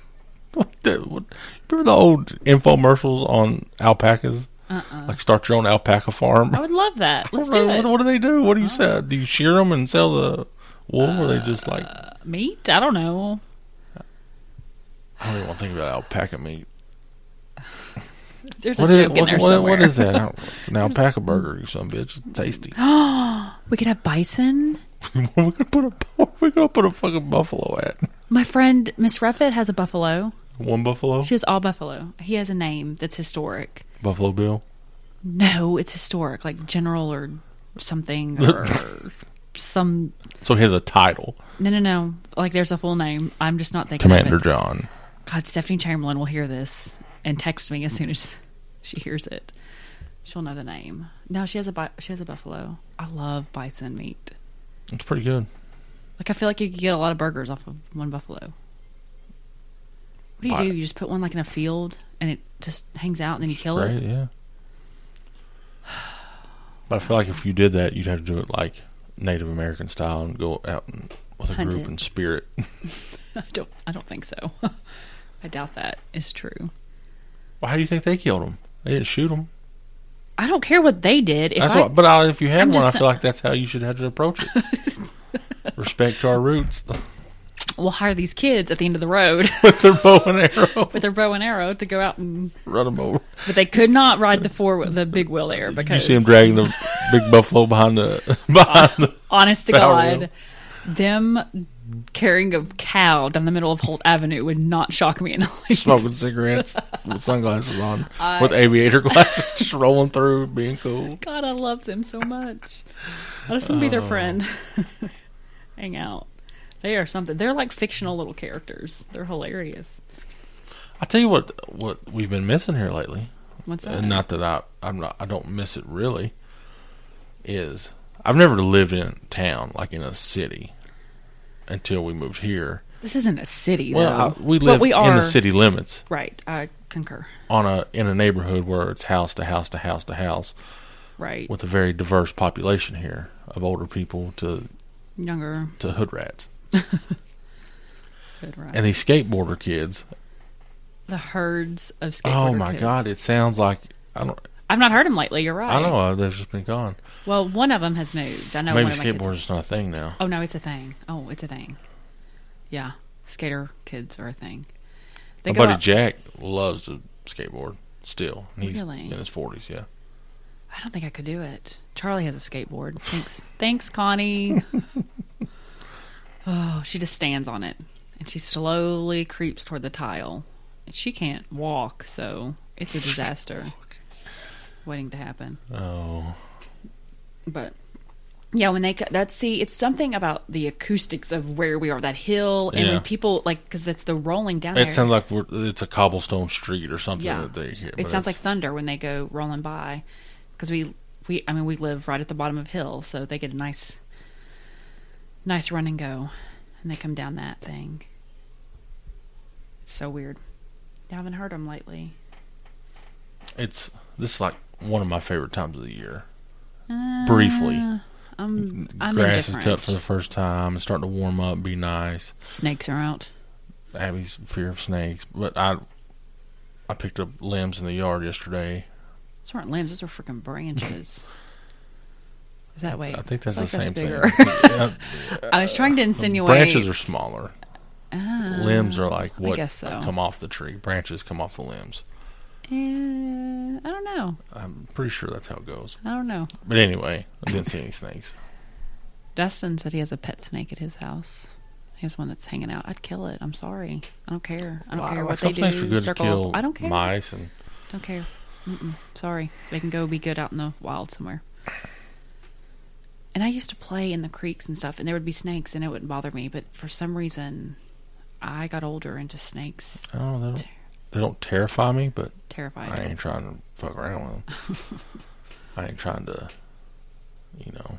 Speaker 6: What the, what, remember the old infomercials on alpacas? Like start your own alpaca farm.
Speaker 5: I would love that. Uh-uh. Oh, Let's
Speaker 6: What-
Speaker 5: do it. Uh-huh.
Speaker 6: What, what do they do? What do you sell? Do you shear them and sell the wool, or they just like?
Speaker 5: Uh,
Speaker 6: I
Speaker 5: Meat? I don't know.
Speaker 6: don't even want to think about alpaca meat.
Speaker 5: There's
Speaker 6: What
Speaker 5: a
Speaker 6: is,
Speaker 5: joke in there
Speaker 6: what- what-
Speaker 5: somewhere.
Speaker 6: what is that? I don't- It's an alpaca burger, you some bitch. It's tasty.
Speaker 5: We could have bison.
Speaker 6: Where we gonna put a where we gonna put a fucking buffalo at?
Speaker 5: My friend Miss Ruffett has a buffalo.
Speaker 6: One buffalo,
Speaker 5: She has all buffalo. He has a name that's historic.
Speaker 6: Buffalo Bill.
Speaker 5: No, it's historic, like general or something or some.
Speaker 6: So he has a title,
Speaker 5: No, no, no. Like there's a full name. I'm just not thinking. of
Speaker 6: Commander
Speaker 5: it.
Speaker 6: John.
Speaker 5: God, Stephanie Chamberlain will hear this and text me as soon as she hears it. She'll know the name. No, she has a bi- she has a buffalo. I love bison meat.
Speaker 6: It's pretty good.
Speaker 5: Like I feel like you could get a lot of burgers off of one buffalo. What do you
Speaker 6: Bi-
Speaker 5: do? You just put one like in a field and it just hangs out and then you kill
Speaker 6: Right?
Speaker 5: it.
Speaker 6: Yeah. But I feel like if you did that, you'd have to do it like Native American style and go out and, with a
Speaker 5: Hunt
Speaker 6: group
Speaker 5: it.
Speaker 6: and spirit.
Speaker 5: I don't I don't think so. I doubt that is true.
Speaker 6: Well, how do you think they killed him? They didn't shoot him.
Speaker 5: I don't care what they did. If
Speaker 6: That's
Speaker 5: I,
Speaker 6: what. But I, if you had
Speaker 5: I'm
Speaker 6: one, I
Speaker 5: just-
Speaker 6: feel like that's how you should have to approach it. Respect our roots
Speaker 5: we'll hire these kids at the end of the road
Speaker 6: with their bow and arrow.
Speaker 5: with their bow and arrow to go out and
Speaker 6: Run them over.
Speaker 5: but they could not ride the four the big wheel there
Speaker 6: You
Speaker 5: because
Speaker 6: see him dragging the big buffalo behind the behind the.
Speaker 5: honest to
Speaker 6: Power
Speaker 5: God,
Speaker 6: wheel.
Speaker 5: them carrying a cow down the middle of Holt Avenue would not shock me in the least.
Speaker 6: smoking cigarettes with sunglasses on, with aviator glasses, just rolling through, being cool.
Speaker 5: God, I love them so much. I just want to be
Speaker 6: Oh.
Speaker 5: their friend, hang out. They are something. They're like fictional little characters. They're hilarious.
Speaker 6: I tell you what, what we've been missing here lately,
Speaker 5: What's that?
Speaker 6: and not that I, I'm not, I don't miss it really. Is I've never lived in town, like in a city, until we moved here.
Speaker 5: this isn't a city.
Speaker 6: Well, I,
Speaker 5: though.
Speaker 6: we
Speaker 5: But
Speaker 6: live
Speaker 5: we
Speaker 6: in
Speaker 5: are-
Speaker 6: the city limits,
Speaker 5: Right. I concur.
Speaker 6: on a in a neighborhood where it's house to house to house to house,
Speaker 5: Right.
Speaker 6: with a very diverse population here of older people to
Speaker 5: Younger.
Speaker 6: to hood rats
Speaker 5: Good, right.
Speaker 6: and these skateboarder kids.
Speaker 5: the herds of skateboarder
Speaker 6: Oh my
Speaker 5: kids.
Speaker 6: god, it sounds like I don't.
Speaker 5: I've not heard them lately. You're right.
Speaker 6: I know uh, they've just been gone.
Speaker 5: Well, one of them has moved. I know
Speaker 6: Maybe
Speaker 5: one of my kids-
Speaker 6: skateboarders is not a thing now.
Speaker 5: Oh no, it's a thing. Oh, it's a thing. Yeah, skater kids are a thing. They
Speaker 6: My
Speaker 5: go
Speaker 6: buddy
Speaker 5: out-
Speaker 6: Jack loves to skateboard still. and He's
Speaker 5: Really?
Speaker 6: in his forties. Yeah,
Speaker 5: I don't think I could do it. Charlie has a skateboard. Thanks, thanks, Connie. oh, she just stands on it and she slowly creeps toward the tile. And she can't walk, so it's a disaster waiting to happen.
Speaker 6: Oh.
Speaker 5: but yeah, when they co- that's see, it's something about the acoustics of where we are, that hill, and
Speaker 6: Yeah.
Speaker 5: when people like because that's the rolling down.
Speaker 6: it
Speaker 5: there.
Speaker 6: sounds like we're, it's a cobblestone street or something.
Speaker 5: Yeah,
Speaker 6: that they hit,
Speaker 5: it
Speaker 6: but
Speaker 5: sounds like
Speaker 6: it's-
Speaker 5: thunder when they go rolling by, because we we I mean we live right at the bottom of hill, so they get a nice nice run and go, and they come down that thing. It's so weird. I haven't heard them lately.
Speaker 6: it's this is like one of my favorite times of the year. Briefly,
Speaker 5: Uh, I'm Ah, I'm
Speaker 6: grass is
Speaker 5: indifferent.
Speaker 6: cut for the first time. It's starting to warm up, be nice.
Speaker 5: Snakes are out.
Speaker 6: Abby's fear of snakes, but I I picked up limbs in the yard yesterday.
Speaker 5: Those aren't limbs. Those are freaking branches. Is that way?
Speaker 6: I think that's the same
Speaker 5: bigger.
Speaker 6: thing. Yeah,
Speaker 5: I was trying to insinuate.
Speaker 6: branches are smaller. limbs are like what
Speaker 5: Ah, guess so.
Speaker 6: come off the tree. Branches come off the limbs.
Speaker 5: Eh, I don't know.
Speaker 6: I'm pretty sure that's how it goes.
Speaker 5: I don't know.
Speaker 6: But anyway, I didn't see any snakes.
Speaker 5: Dustin said he has a pet snake at his house. He has one that's hanging out. I'd kill it. I'm sorry. I don't care. I don't
Speaker 6: Wow,
Speaker 5: care
Speaker 6: like
Speaker 5: what
Speaker 6: some
Speaker 5: they
Speaker 6: snakes
Speaker 5: do.
Speaker 6: are good
Speaker 5: Circle
Speaker 6: to
Speaker 5: up.
Speaker 6: kill
Speaker 5: I don't care.
Speaker 6: mice and
Speaker 5: Don't care. Mm-mm. Sorry. They can go be good out in the wild somewhere. And I used to play in the creeks and stuff, and there would be snakes, and it wouldn't bother me. But for some reason, I got older, and just snakes
Speaker 6: I don't know, they don't they don't terrify me, but
Speaker 5: terrified.
Speaker 6: I
Speaker 5: me.
Speaker 6: ain't trying to fuck around with them. I ain't trying to, you know.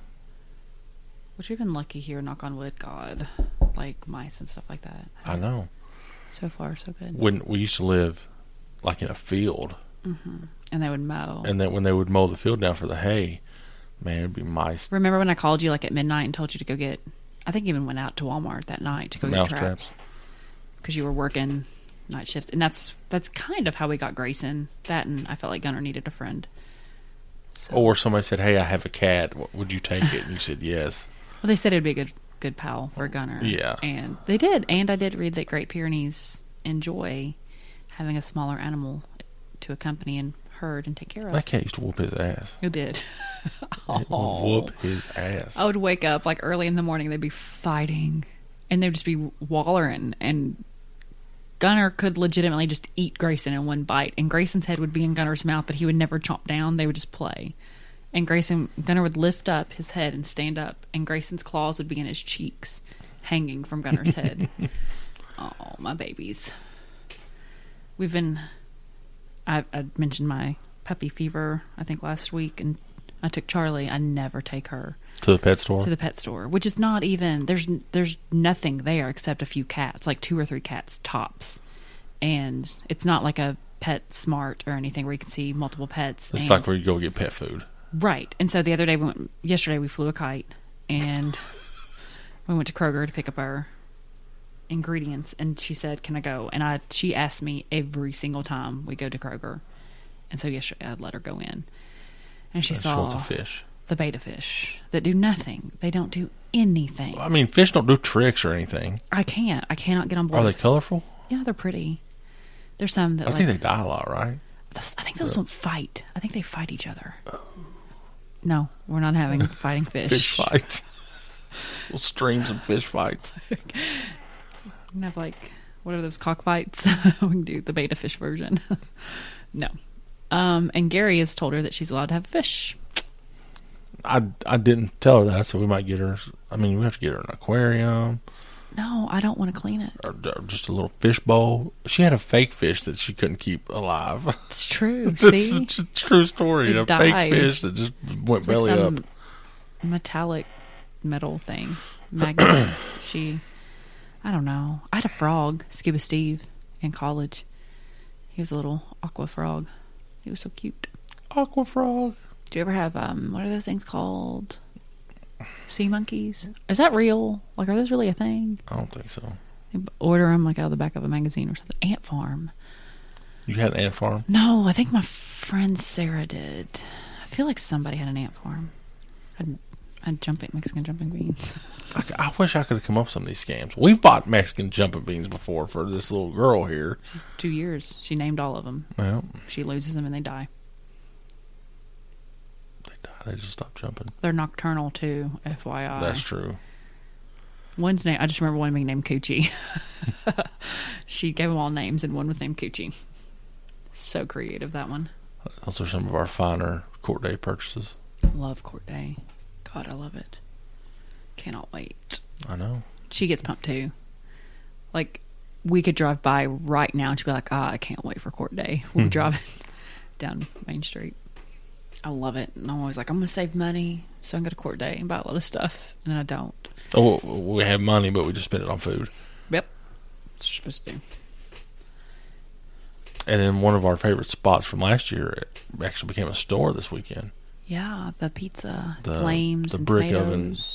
Speaker 5: Which we've been lucky here, knock on wood, God, like mice and stuff like that.
Speaker 6: I know.
Speaker 5: So far, so good.
Speaker 6: when we used to live like in a field,
Speaker 5: and they would mow.
Speaker 6: and then when they would mow the field down for the hay, man, it'd be mice
Speaker 5: Remember when I called you like at midnight and told you to go get? I think you even went out to Walmart that night to go
Speaker 6: mouse
Speaker 5: get
Speaker 6: traps.
Speaker 5: traps because you were working night shifts, and that's that's kind of how we got Grayson. That and I felt like Gunner needed a friend. So,
Speaker 6: Or somebody said, "Hey, I have a cat. W- Would you take it?" And you said, "Yes."
Speaker 5: well, they said it'd be a good good pal for Gunner.
Speaker 6: Yeah.
Speaker 5: and they did. And I did read that Great Pyrenees enjoy having a smaller animal to accompany and herd and take care of.
Speaker 6: That cat used to whoop his ass.
Speaker 5: You did.
Speaker 6: It would whoop his ass.
Speaker 5: I would wake up like early in the morning. They'd be fighting, and they'd just be wallering. And Gunner could legitimately just eat Grayson in one bite, and Grayson's head would be in Gunner's mouth, but he would never chomp down. They would just play, and Grayson Gunner would lift up his head and stand up, and Grayson's claws would be in his cheeks, hanging from Gunner's head. Oh, my babies. We've been. I, I mentioned my puppy fever. I think last week, and I took Charlie. I never take her
Speaker 6: to the pet store.
Speaker 5: to the pet store, which is not even there's there's nothing there except a few cats, like two or three cats tops, and it's not like a pet smart or anything where you can see multiple pets.
Speaker 6: it's
Speaker 5: and-
Speaker 6: like where you go get pet food.
Speaker 5: right. And so the other day we went. Yesterday we flew a kite, and we went to Kroger to pick up our ingredients. And she said, "Can I go?" And I she asked me every single time we go to Kroger, and so yesterday I let her go in, and she
Speaker 6: Uh, She
Speaker 5: saw
Speaker 6: wants a fish.
Speaker 5: the beta fish that do nothing. They don't do anything.
Speaker 6: I mean, fish don't do tricks or anything.
Speaker 5: I can't. I cannot get on board.
Speaker 6: Are they
Speaker 5: with-
Speaker 6: colorful?
Speaker 5: yeah, they're pretty. There's some that
Speaker 6: I
Speaker 5: like.
Speaker 6: think they die a lot, right?
Speaker 5: those, I think those don't fight. I think they fight each other. No, we're not having fighting fish.
Speaker 6: Fish fights. we'll stream some fish fights.
Speaker 5: We can have like what are those cockfights? we can do the beta fish version. no. Um, and Gary has told her that she's allowed to have fish.
Speaker 6: I, I didn't tell her that, so we might get her. I mean, we have to get her an aquarium
Speaker 5: No, I don't want to clean it.
Speaker 6: or, or just a little fish bowl. She had a fake fish that she couldn't keep alive.
Speaker 5: It's true.
Speaker 6: It's a,
Speaker 5: See,
Speaker 6: it's a true story.
Speaker 5: It
Speaker 6: a
Speaker 5: died.
Speaker 6: fake fish that just went
Speaker 5: It's like
Speaker 6: belly
Speaker 5: some
Speaker 6: up.
Speaker 5: metallic metal thing. Magnet. she, I don't know. I had a frog, Scuba Steve, in college. He was a little aqua frog. He was so cute.
Speaker 6: Aqua frog.
Speaker 5: Do you ever have um? What are those things called? Sea monkeys? Is that real? Like, are those really a thing?
Speaker 6: I don't think so.
Speaker 5: You order them like out of the back of a magazine or something. Ant farm.
Speaker 6: You had an ant farm.
Speaker 5: No, I think my friend Sarah did. I feel like somebody had an ant farm. Had had jumping Mexican jumping beans.
Speaker 6: I, c- I wish I could have come up with some of these scams. We've bought Mexican jumping beans before for this little girl here.
Speaker 5: Two years. She named all of them.
Speaker 6: Well,
Speaker 5: She loses them and they die.
Speaker 6: they died. They just stopped jumping.
Speaker 5: They're nocturnal too, FYI.
Speaker 6: That's true.
Speaker 5: One's name I just remember one being named Coochie. she gave them all names and one was named Coochie. So creative that one.
Speaker 6: Those are some of our finer court day purchases.
Speaker 5: Love court day. God, I love it. Cannot wait.
Speaker 6: I know.
Speaker 5: She gets pumped too. Like we could drive by right now and she'd be like, Ah, I can't wait for court day. We'll be driving down Main Street. I love it. And I'm always like, I'm gonna save money so I can go to court day and buy a lot of stuff and then I don't.
Speaker 6: Oh, we have money, but we just spend it on food.
Speaker 5: Yep. That's what you're supposed to do.
Speaker 6: And then one of our favorite spots from last year it actually became a store this weekend.
Speaker 5: Yeah, the pizza
Speaker 6: The
Speaker 5: flames,
Speaker 6: the
Speaker 5: and
Speaker 6: brick
Speaker 5: tomatoes.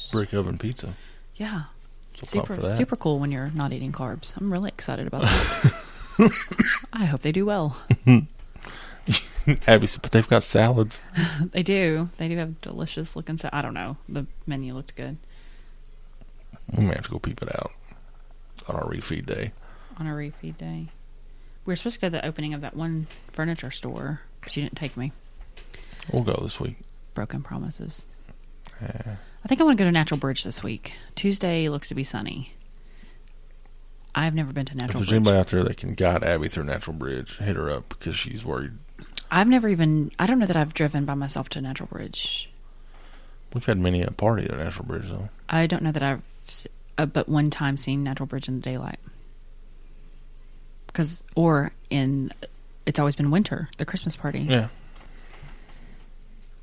Speaker 6: oven, brick oven pizza.
Speaker 5: Yeah,
Speaker 6: look out for
Speaker 5: super
Speaker 6: that.
Speaker 5: super cool when you're not eating carbs. I'm really excited about that. I hope they do well.
Speaker 6: Abby said, but they've got salads.
Speaker 5: They do. They do have delicious looking. sa- I don't know. The menu looked good
Speaker 6: We may have to go peep it out on our refeed day.
Speaker 5: on a refeed day. We were supposed to go to the opening of that one furniture store, but you didn't take me.
Speaker 6: We'll go this week.
Speaker 5: Broken promises. I think I want to go to Natural Bridge this week. Tuesday looks to be sunny. I've never been to
Speaker 6: If
Speaker 5: Natural
Speaker 6: there's
Speaker 5: Bridge.
Speaker 6: anybody out there that can guide Abby through Natural Bridge, hit her up because she's worried.
Speaker 5: I've never even. I don't know that I've driven by myself to Natural Bridge.
Speaker 6: We've had many a party at Natural Bridge though.
Speaker 5: I don't know that I've, s- uh, but one time seen Natural Bridge in the daylight. Because or in, it's always been winter, the Christmas party.
Speaker 6: Yeah,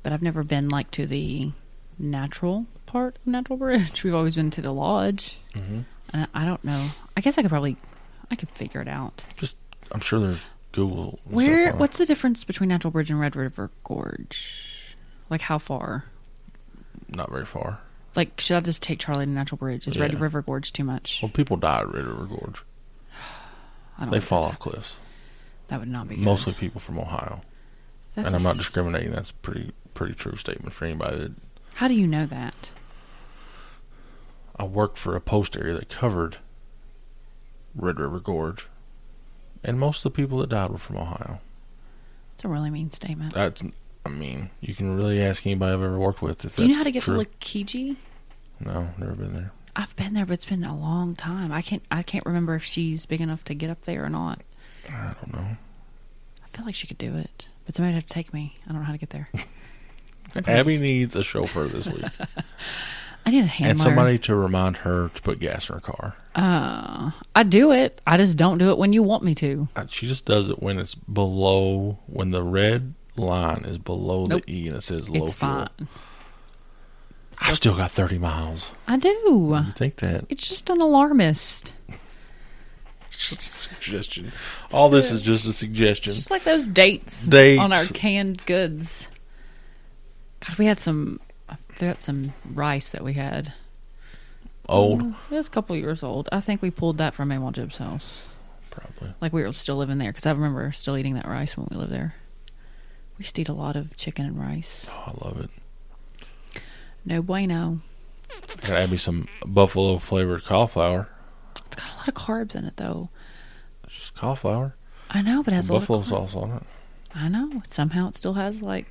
Speaker 5: But I've never been like to the natural part of Natural Bridge. We've always been to the lodge. Mm-hmm. And I don't know. I guess I could probably, I could figure it out.
Speaker 6: just I'm sure there's Google. and
Speaker 5: Where?
Speaker 6: stuff on.
Speaker 5: What's the difference between Natural Bridge and Red River Gorge? Like how far?
Speaker 6: not very far?
Speaker 5: Like should I just take Charlie to Natural Bridge? Is Red
Speaker 6: Yeah.
Speaker 5: River Gorge too much?
Speaker 6: Well, people die at Red River Gorge.
Speaker 5: I don't
Speaker 6: They
Speaker 5: know.
Speaker 6: fall off cliffs.
Speaker 5: That would not be good.
Speaker 6: Mostly people from Ohio,
Speaker 5: That's
Speaker 6: and
Speaker 5: a
Speaker 6: I'm not
Speaker 5: s-
Speaker 6: discriminating. That's a pretty pretty true statement for anybody. That
Speaker 5: How do you know that?
Speaker 6: I worked for a post area that covered Red River Gorge, and most of the people that died were from Ohio.
Speaker 5: It's a really mean statement.
Speaker 6: That's, I mean, you can really ask anybody I've ever worked with if
Speaker 5: do you know how to
Speaker 6: that's
Speaker 5: get
Speaker 6: true.
Speaker 5: to Lakiji?
Speaker 6: No, never been there.
Speaker 5: I've been there, but it's been a long time. I can't. I can't remember if she's big enough to get up there or not.
Speaker 6: I don't know.
Speaker 5: I feel like she could do it, but somebody would have to take me. I don't know how to get there.
Speaker 6: Abby needs a chauffeur this week
Speaker 5: I need a
Speaker 6: and
Speaker 5: handler.
Speaker 6: somebody to remind her to put gas in her car.
Speaker 5: Uh, I do it. I just don't do it when you want me to.
Speaker 6: Uh, She just does it when it's below when the red line is below
Speaker 5: Nope.
Speaker 6: the E and it says low
Speaker 5: it's
Speaker 6: fuel.
Speaker 5: fine.
Speaker 6: I've still got 30 miles.
Speaker 5: I do.
Speaker 6: You think that?
Speaker 5: It's just an alarmist.
Speaker 6: It's just a suggestion. All this is just a suggestion.
Speaker 5: It's just like those dates,
Speaker 6: Dates.
Speaker 5: on our canned goods. God, we had some. We had some rice that we had.
Speaker 6: Old,
Speaker 5: It was a couple years old. I think we pulled that from Mammal Jib's house.
Speaker 6: probably.
Speaker 5: Like we were still living there because I remember still eating that rice when we lived there. We used to eat a lot of chicken and rice.
Speaker 6: Oh, I love it.
Speaker 5: No bueno.
Speaker 6: Gotta add me some buffalo flavored cauliflower.
Speaker 5: It's got a lot of carbs in it though.
Speaker 6: It's just cauliflower.
Speaker 5: I know, but it has a lot of
Speaker 6: buffalo
Speaker 5: carb-
Speaker 6: sauce on it.
Speaker 5: I know. Somehow it still has like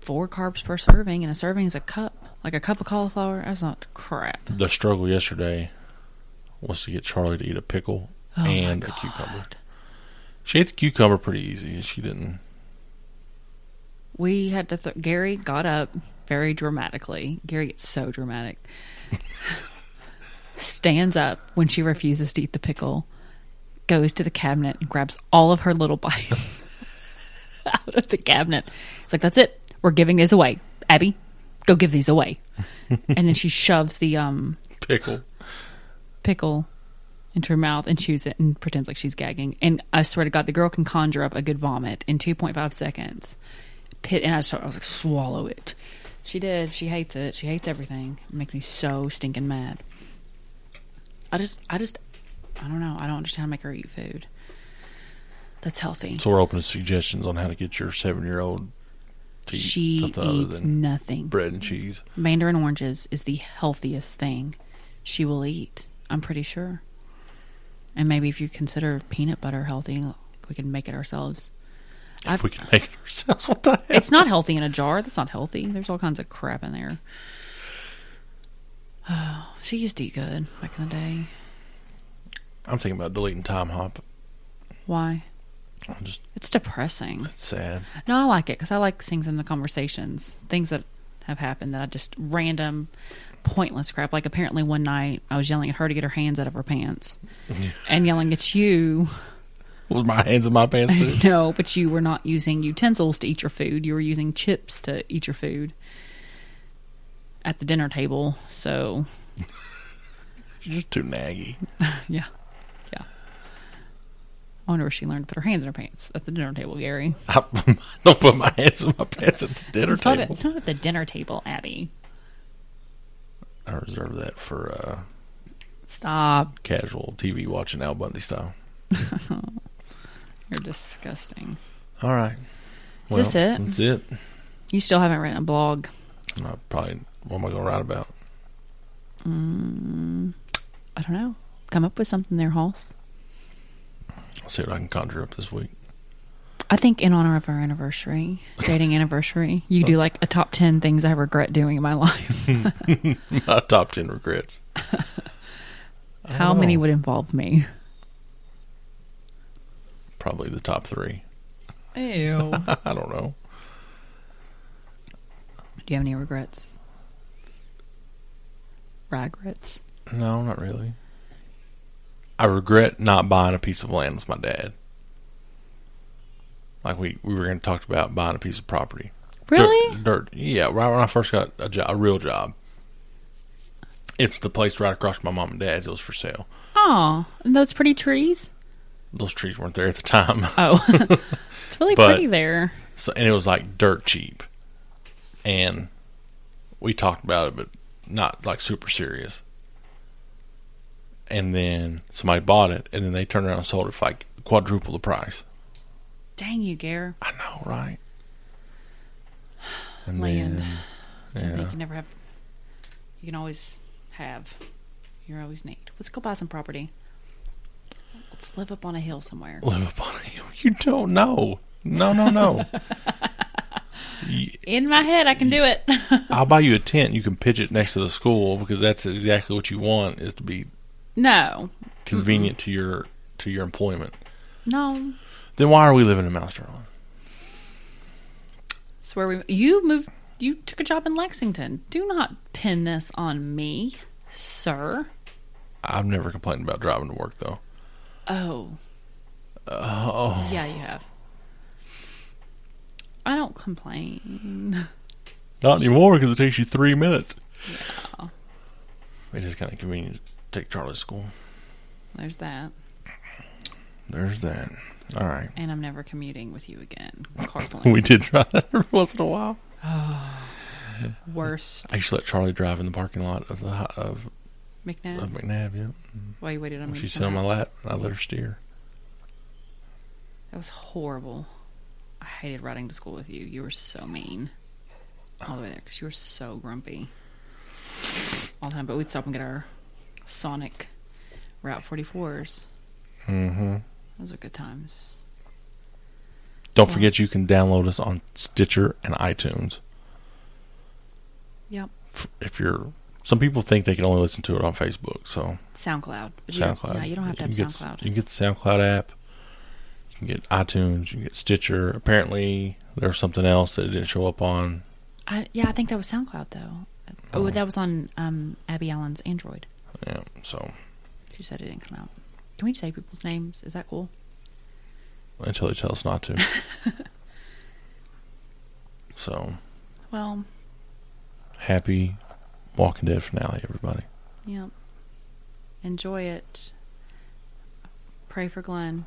Speaker 5: four carbs per serving, and a serving is a cup. Like a cup of cauliflower. That's not crap.
Speaker 6: The struggle yesterday was to get Charlie to eat a pickle
Speaker 5: Oh
Speaker 6: and
Speaker 5: my
Speaker 6: a
Speaker 5: god.
Speaker 6: cucumber. She ate the cucumber pretty easy. She didn't.
Speaker 5: We had to. Th- Gary got up very dramatically. Gary gets so dramatic. Stands up when she refuses to eat the pickle, goes to the cabinet and grabs all of her little bites out of the cabinet. It's like, that's it. We're giving these away. Abby, go give these away. and then she shoves the um,
Speaker 6: Pickle.
Speaker 5: pickle into her mouth and chews it and pretends like she's gagging. And I swear to God, the girl can conjure up a good vomit in 2.5 seconds. Pit and I just I was like, swallow it. She did. She hates it. She hates everything. It makes me so stinking mad. I just, I just, I don't know. I don't understand how to make her eat food that's healthy.
Speaker 6: So we're open to suggestions on how to get your seven year old to eat
Speaker 5: She
Speaker 6: something other
Speaker 5: eats
Speaker 6: than
Speaker 5: nothing.
Speaker 6: bread and cheese.
Speaker 5: Mandarin oranges is the healthiest thing she will eat. I'm pretty sure. And maybe if you consider peanut butter healthy, we can make it ourselves.
Speaker 6: If we can make it ourselves, what the heck?
Speaker 5: It's not healthy in a jar. That's not healthy. There's all kinds of crap in there. Oh, she used to eat good back in the day.
Speaker 6: I'm thinking about deleting Time Hop.
Speaker 5: Why?
Speaker 6: I'm just
Speaker 5: It's depressing.
Speaker 6: it's sad.
Speaker 5: No, I like it because I like things in the conversations, things that have happened that I just random, pointless crap. Like apparently one night I was yelling at her to get her hands out of her pants,
Speaker 6: Mm-hmm.
Speaker 5: and yelling at you.
Speaker 6: Was my hands in my pants too?
Speaker 5: No, but you were not using utensils to eat your food. You were using chips to eat your food at the dinner table. So
Speaker 6: She's just too naggy.
Speaker 5: yeah, yeah. I wonder where she learned to put her hands in her pants at the dinner table, Gary.
Speaker 6: I don't put my hands in my pants at the dinner
Speaker 5: it's, not at,
Speaker 6: table.
Speaker 5: it's not at the dinner table, Abby.
Speaker 6: I reserve that for uh,
Speaker 5: Stop.
Speaker 6: casual TV watching Al Bundy style.
Speaker 5: You're disgusting.
Speaker 6: All right.
Speaker 5: Is this it?
Speaker 6: That's it.
Speaker 5: You still haven't written a blog.
Speaker 6: i probably what am I going to write about?
Speaker 5: I don't know. Come up with something there, Halls.
Speaker 6: I'll see what I can conjure up this week.
Speaker 5: I think in honor of our anniversary, dating anniversary, you do like a top 10 things I regret doing in my life.
Speaker 6: my top ten regrets.
Speaker 5: How
Speaker 6: Oh.
Speaker 5: many would involve me?
Speaker 6: Probably the top three.
Speaker 5: Ew. do
Speaker 6: I don't know.
Speaker 5: you have any regrets? Regrets?
Speaker 6: No, not really. I regret not buying a piece of land with my dad. Like we, we were going to talk about buying a piece of property.
Speaker 5: Really?
Speaker 6: Dirt, dirt. Yeah, right when I first got a job, a real job. It's the place right across from my mom and dad's. It was for sale.
Speaker 5: Oh, and those pretty trees?
Speaker 6: those trees weren't there at the time.
Speaker 5: Oh, it's really
Speaker 6: But-
Speaker 5: pretty there.
Speaker 6: So and it was like dirt cheap, and we talked about it, but not like super serious. And then somebody bought it, and then they turned around and sold it for like quadruple the price.
Speaker 5: Dang you, Gare.
Speaker 6: I know, right? And
Speaker 5: Land.
Speaker 6: then
Speaker 5: Something
Speaker 6: Yeah.
Speaker 5: you can never have. You can always have. You're always need. Let's go buy some property. Let's live up on a hill somewhere.
Speaker 6: live upon a hill. You don't know. No, no, no.
Speaker 5: In my head, I can do it.
Speaker 6: I'll buy you a tent. You can pitch it next to the school because that's exactly what you want is to be
Speaker 5: no,
Speaker 6: convenient to your to your employment.
Speaker 5: no.
Speaker 6: Then why are we living in Mount Sterling?
Speaker 5: It's where we. You moved. You took a job in Lexington. Do not pin this on me, sir.
Speaker 6: I've never complained about driving to work though.
Speaker 5: Oh. Oh. Yeah, you have. I don't complain.
Speaker 6: Not anymore because it takes you three minutes. It is kind of convenient to take Charlie to school.
Speaker 5: There's that.
Speaker 6: There's that. All right.
Speaker 5: And I'm never commuting with you again. Carpooling.
Speaker 6: We did try that every once in a while.
Speaker 5: Worst.
Speaker 6: I used to let Charlie drive in the parking lot of the hi- of, of
Speaker 5: McNabb.
Speaker 6: McNabb. Yeah,
Speaker 5: Why you waited on me?
Speaker 6: she
Speaker 5: to
Speaker 6: sat on
Speaker 5: come
Speaker 6: my
Speaker 5: out?
Speaker 6: lap and I let her steer.
Speaker 5: That was horrible. I hated riding to school with you. You were so mean. All the way there because you were so grumpy all the time. But we'd stop and get our Sonic Route 44s.
Speaker 6: Mm-hmm.
Speaker 5: Those are good times.
Speaker 6: Don't forget you can download us on Stitcher and iTunes.
Speaker 5: Yep.
Speaker 6: F- If you're, some people think they can only listen to it on Facebook. So
Speaker 5: SoundCloud. But you don't-
Speaker 6: SoundCloud.
Speaker 5: Yeah, you don't have to have
Speaker 6: can get,
Speaker 5: SoundCloud.
Speaker 6: You can get the SoundCloud app. You can get iTunes. You can get Stitcher. Apparently, there's something else that it didn't show up on.
Speaker 5: I, yeah, I think that was SoundCloud though. Oh, that was on um, Abby Allen's Android.
Speaker 6: Yeah. So
Speaker 5: She said it didn't come out. Can we say people's names? Is that cool?
Speaker 6: until they tell us not to. so
Speaker 5: Well,
Speaker 6: happy Walking Dead finale, everybody.
Speaker 5: yeah. Enjoy it. Pray for Glenn.